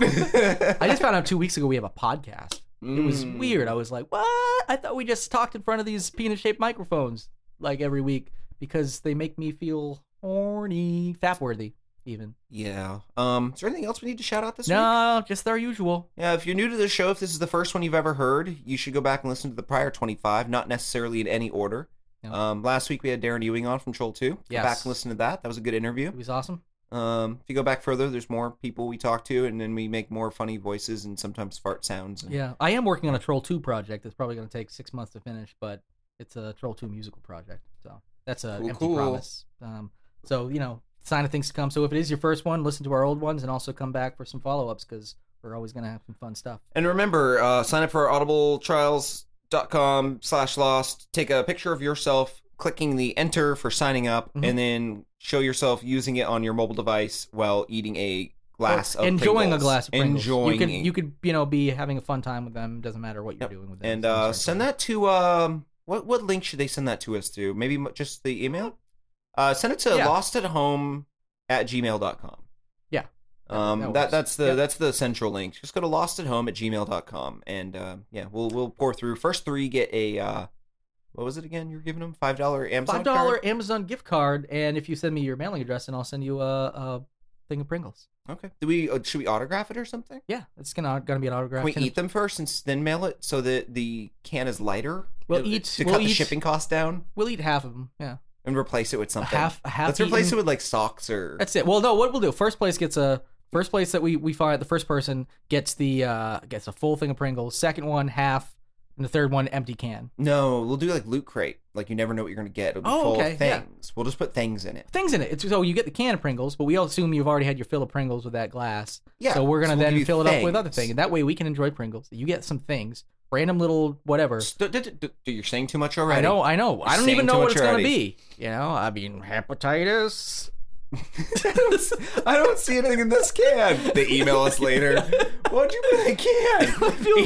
Speaker 3: I just found out two weeks ago we have a podcast. It was
Speaker 2: Mm.
Speaker 3: weird. I was like, what? I thought we just talked in front of these penis shaped microphones like every week because they make me feel horny, fap worthy, even.
Speaker 2: yeah. Um. Is there anything else we need to shout out this week?
Speaker 3: No, just our usual.
Speaker 2: Yeah, if you're new to the show, if this is the first one you've ever heard, you should go back and listen to the prior 25, not necessarily in any order.
Speaker 3: No.
Speaker 2: Um, last week we had Darren Ewing on from Troll 2. Go
Speaker 3: Yes.
Speaker 2: back and listen to that. That was a good interview.
Speaker 3: It was awesome.
Speaker 2: Um, if you go back further, there's more people we talk to, and then we make more funny voices and sometimes fart sounds. And
Speaker 3: Yeah. I am working on a Troll 2 project that's probably going to take six months to finish, but it's a Troll 2 musical project. So that's a
Speaker 2: Cool,
Speaker 3: empty
Speaker 2: cool.
Speaker 3: promise. Um, so, you know, sign of things to come. So if it is your first one, listen to our old ones and also come back for some follow ups because we're always going to have some fun stuff.
Speaker 2: And remember, uh, sign up for our audibletrials.com slash lost. Take a picture of yourself clicking the enter for signing up,
Speaker 3: Mhm.
Speaker 2: and then show yourself using it on your mobile device while eating a glass of
Speaker 3: enjoying
Speaker 2: Pringles.
Speaker 3: a glass of Pringles.
Speaker 2: Enjoying
Speaker 3: You could you could you know be having a fun time with them. Doesn't matter what you're doing with them.
Speaker 2: and uh, send that to um, what what link should they send that to us to? Maybe m- just the email. Uh, send it to
Speaker 3: Yeah.
Speaker 2: lost at home at gmail.com.
Speaker 3: Yeah.
Speaker 2: Um, that,
Speaker 3: That- that works.
Speaker 2: that's the
Speaker 3: Yeah.
Speaker 2: that's the central link. Just go to lost at home at gmail.com and uh, yeah, we'll we'll pour through. First three get a uh, what was it again? You were giving them five dollar Amazon
Speaker 3: five dollar
Speaker 2: card?
Speaker 3: Amazon gift card, and if you send me your mailing address, and I'll send you a, a thing of Pringles.
Speaker 2: Okay. Do we uh, should we autograph it or something?
Speaker 3: Yeah, it's gonna gonna be an autograph.
Speaker 2: Can we eat them first and s- then mail it so that the can is lighter?
Speaker 3: We'll
Speaker 2: to,
Speaker 3: eat-
Speaker 2: to
Speaker 3: we'll
Speaker 2: cut the
Speaker 3: eat-
Speaker 2: shipping cost down
Speaker 3: We'll eat half of them. Yeah,
Speaker 2: and replace it with
Speaker 3: a
Speaker 2: something.
Speaker 3: half a half.
Speaker 2: Let's replace it
Speaker 3: eaten-
Speaker 2: with like socks or
Speaker 3: That's it. Well, no, what we'll do? First place gets a first place that we we find the first person gets the uh gets a full thing of Pringles. Second one half, and the third one empty can.
Speaker 2: no. We'll do like loot crate. Like you never know what you're gonna get. It'll be
Speaker 3: Oh,
Speaker 2: full
Speaker 3: okay,
Speaker 2: of
Speaker 3: yeah.
Speaker 2: things. We'll just put things in it.
Speaker 3: things in it. It's, so you get the can of Pringles, but we all assume you've already had your fill of Pringles with that glass.
Speaker 2: Yeah,
Speaker 3: So we're
Speaker 2: so
Speaker 3: gonna
Speaker 2: we'll give
Speaker 3: then
Speaker 2: you
Speaker 3: fill it up with other
Speaker 2: things.
Speaker 3: thing, and that way we can enjoy Pringles. You get some things, random little whatever.
Speaker 2: St- d- d- d- d- you're saying too much already.
Speaker 3: I know, I know. I don't
Speaker 2: Saying
Speaker 3: even
Speaker 2: too
Speaker 3: know what
Speaker 2: much
Speaker 3: it's gonna
Speaker 2: already.
Speaker 3: be. You know, I mean, hepatitis.
Speaker 2: I don't s- I don't see anything in this can. They email us later. What'd you put in the can? I
Speaker 3: feel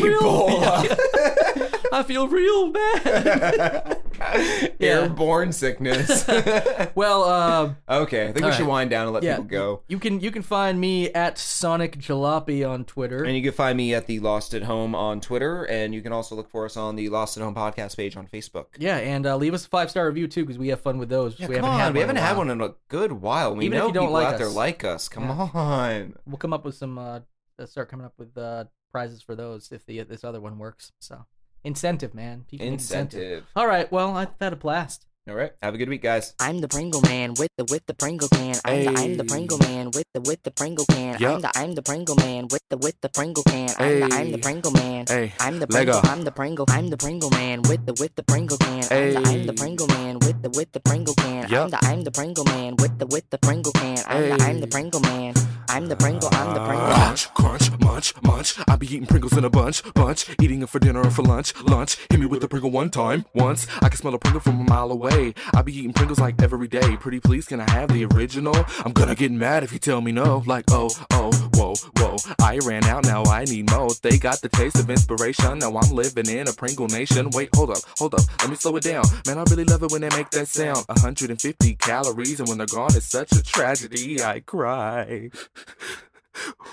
Speaker 3: real- I feel real bad.
Speaker 2: Airborne sickness.
Speaker 3: well, uh,
Speaker 2: okay, I think we
Speaker 3: All
Speaker 2: should
Speaker 3: right.
Speaker 2: wind down and let
Speaker 3: yeah,
Speaker 2: people go.
Speaker 3: You can you can find me at Sonic Jalopy on Twitter.
Speaker 2: And you can find me at the Lost at Home on Twitter, and you can also look for us on the Lost at Home podcast page on Facebook.
Speaker 3: yeah, and uh, leave us a five star review too, because we have fun with those.
Speaker 2: Yeah, come on. we haven't
Speaker 3: in a
Speaker 2: had
Speaker 3: while.
Speaker 2: one in a good while. We
Speaker 3: Even if
Speaker 2: know
Speaker 3: you don't
Speaker 2: people
Speaker 3: like
Speaker 2: out there
Speaker 3: us.
Speaker 2: like us. Come
Speaker 3: Yeah.
Speaker 2: on.
Speaker 3: we'll come up with some uh uh, start coming up with uh prizes for those if the this other one works so incentive man People need
Speaker 2: Incentive.
Speaker 3: all right well i had a blast
Speaker 2: All right. Have a good week, guys.
Speaker 7: I'm the Pringle man with the with the Pringle can. I'm the I'm the
Speaker 2: Ayy.
Speaker 7: Pringle man with the with the Pringle can.
Speaker 8: Yup.
Speaker 7: I'm the I'm the Pringle man with the with the Pringle can. I'm the I'm the
Speaker 8: Ayy.
Speaker 7: Pringle man.
Speaker 8: Hey,
Speaker 7: I'm the
Speaker 8: Lego.
Speaker 7: Pringle. I'm the Pringle. I'm the Pringle man with the with the Pringle can. I'm the I'm the
Speaker 8: Ayy.
Speaker 7: Pringle man with the with the Pringle can. I'm
Speaker 8: Yup.
Speaker 7: the I'm the Pringle man with the with the Pringle can. I'm the I'm the
Speaker 8: Ayy.
Speaker 7: Pringle man. I'm the Pringle. I'm the Pringle. man.
Speaker 8: Crunch, crunch, munch, munch. I be eating Pringles in a bunch, bunch. Eating it for dinner or for lunch, lunch. Hit me with a Pringle one time, once. I can smell a Pringle from a mile away. I be eating Pringles like every day. Pretty please, can I have the original? I'm gonna get mad if you tell me no. Like, oh, oh, whoa, whoa. I ran out, now I need more. They got the taste of inspiration. Now I'm living in a Pringle nation. Wait, hold up, hold up. Let me slow it down. Man, I really love it when they make that sound. 150 calories, and when they're gone, it's such a tragedy. I cry.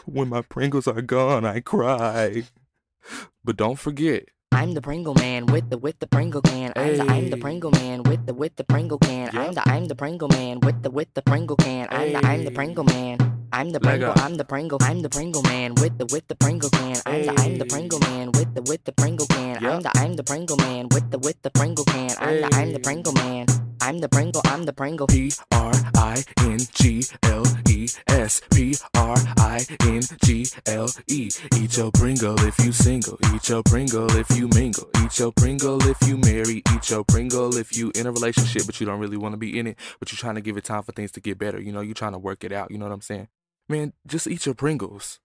Speaker 8: When my Pringles are gone, I cry. But don't forget,
Speaker 7: I'm the Pringle man with the with the Pringle can. I'm the I'm the
Speaker 8: Ayy.
Speaker 7: Pringle man with the with the Pringle can. I'm
Speaker 8: Yup.
Speaker 7: the I'm the Pringle man with the with the Pringle can. I'm the I'm the
Speaker 8: Ayy.
Speaker 7: Pringle man. I'm the
Speaker 8: Leg
Speaker 7: Pringle.
Speaker 8: up.
Speaker 7: I'm the Pringle. I'm the Pringle man with the with the Pringle can. I'm the I'm the
Speaker 8: Ayy.
Speaker 7: Pringle man with the with the Pringle can. I'm
Speaker 8: Yup.
Speaker 7: the I'm the Pringle man with the with the Pringle can. I'm the I'm the
Speaker 8: Ayy.
Speaker 7: Pringle man. I'm the Pringle. I'm the Pringle.
Speaker 8: P R I N G L E S. P R I N G L E. Eat your Pringle if you single. Eat your Pringle if you mingle. Eat your Pringle if you marry. Eat your Pringle if you in a relationship, but you don't really want to be in it. But you're trying to give it time for things to get better. You know, you're trying to work it out. You know what I'm saying? Man, just eat your Pringles.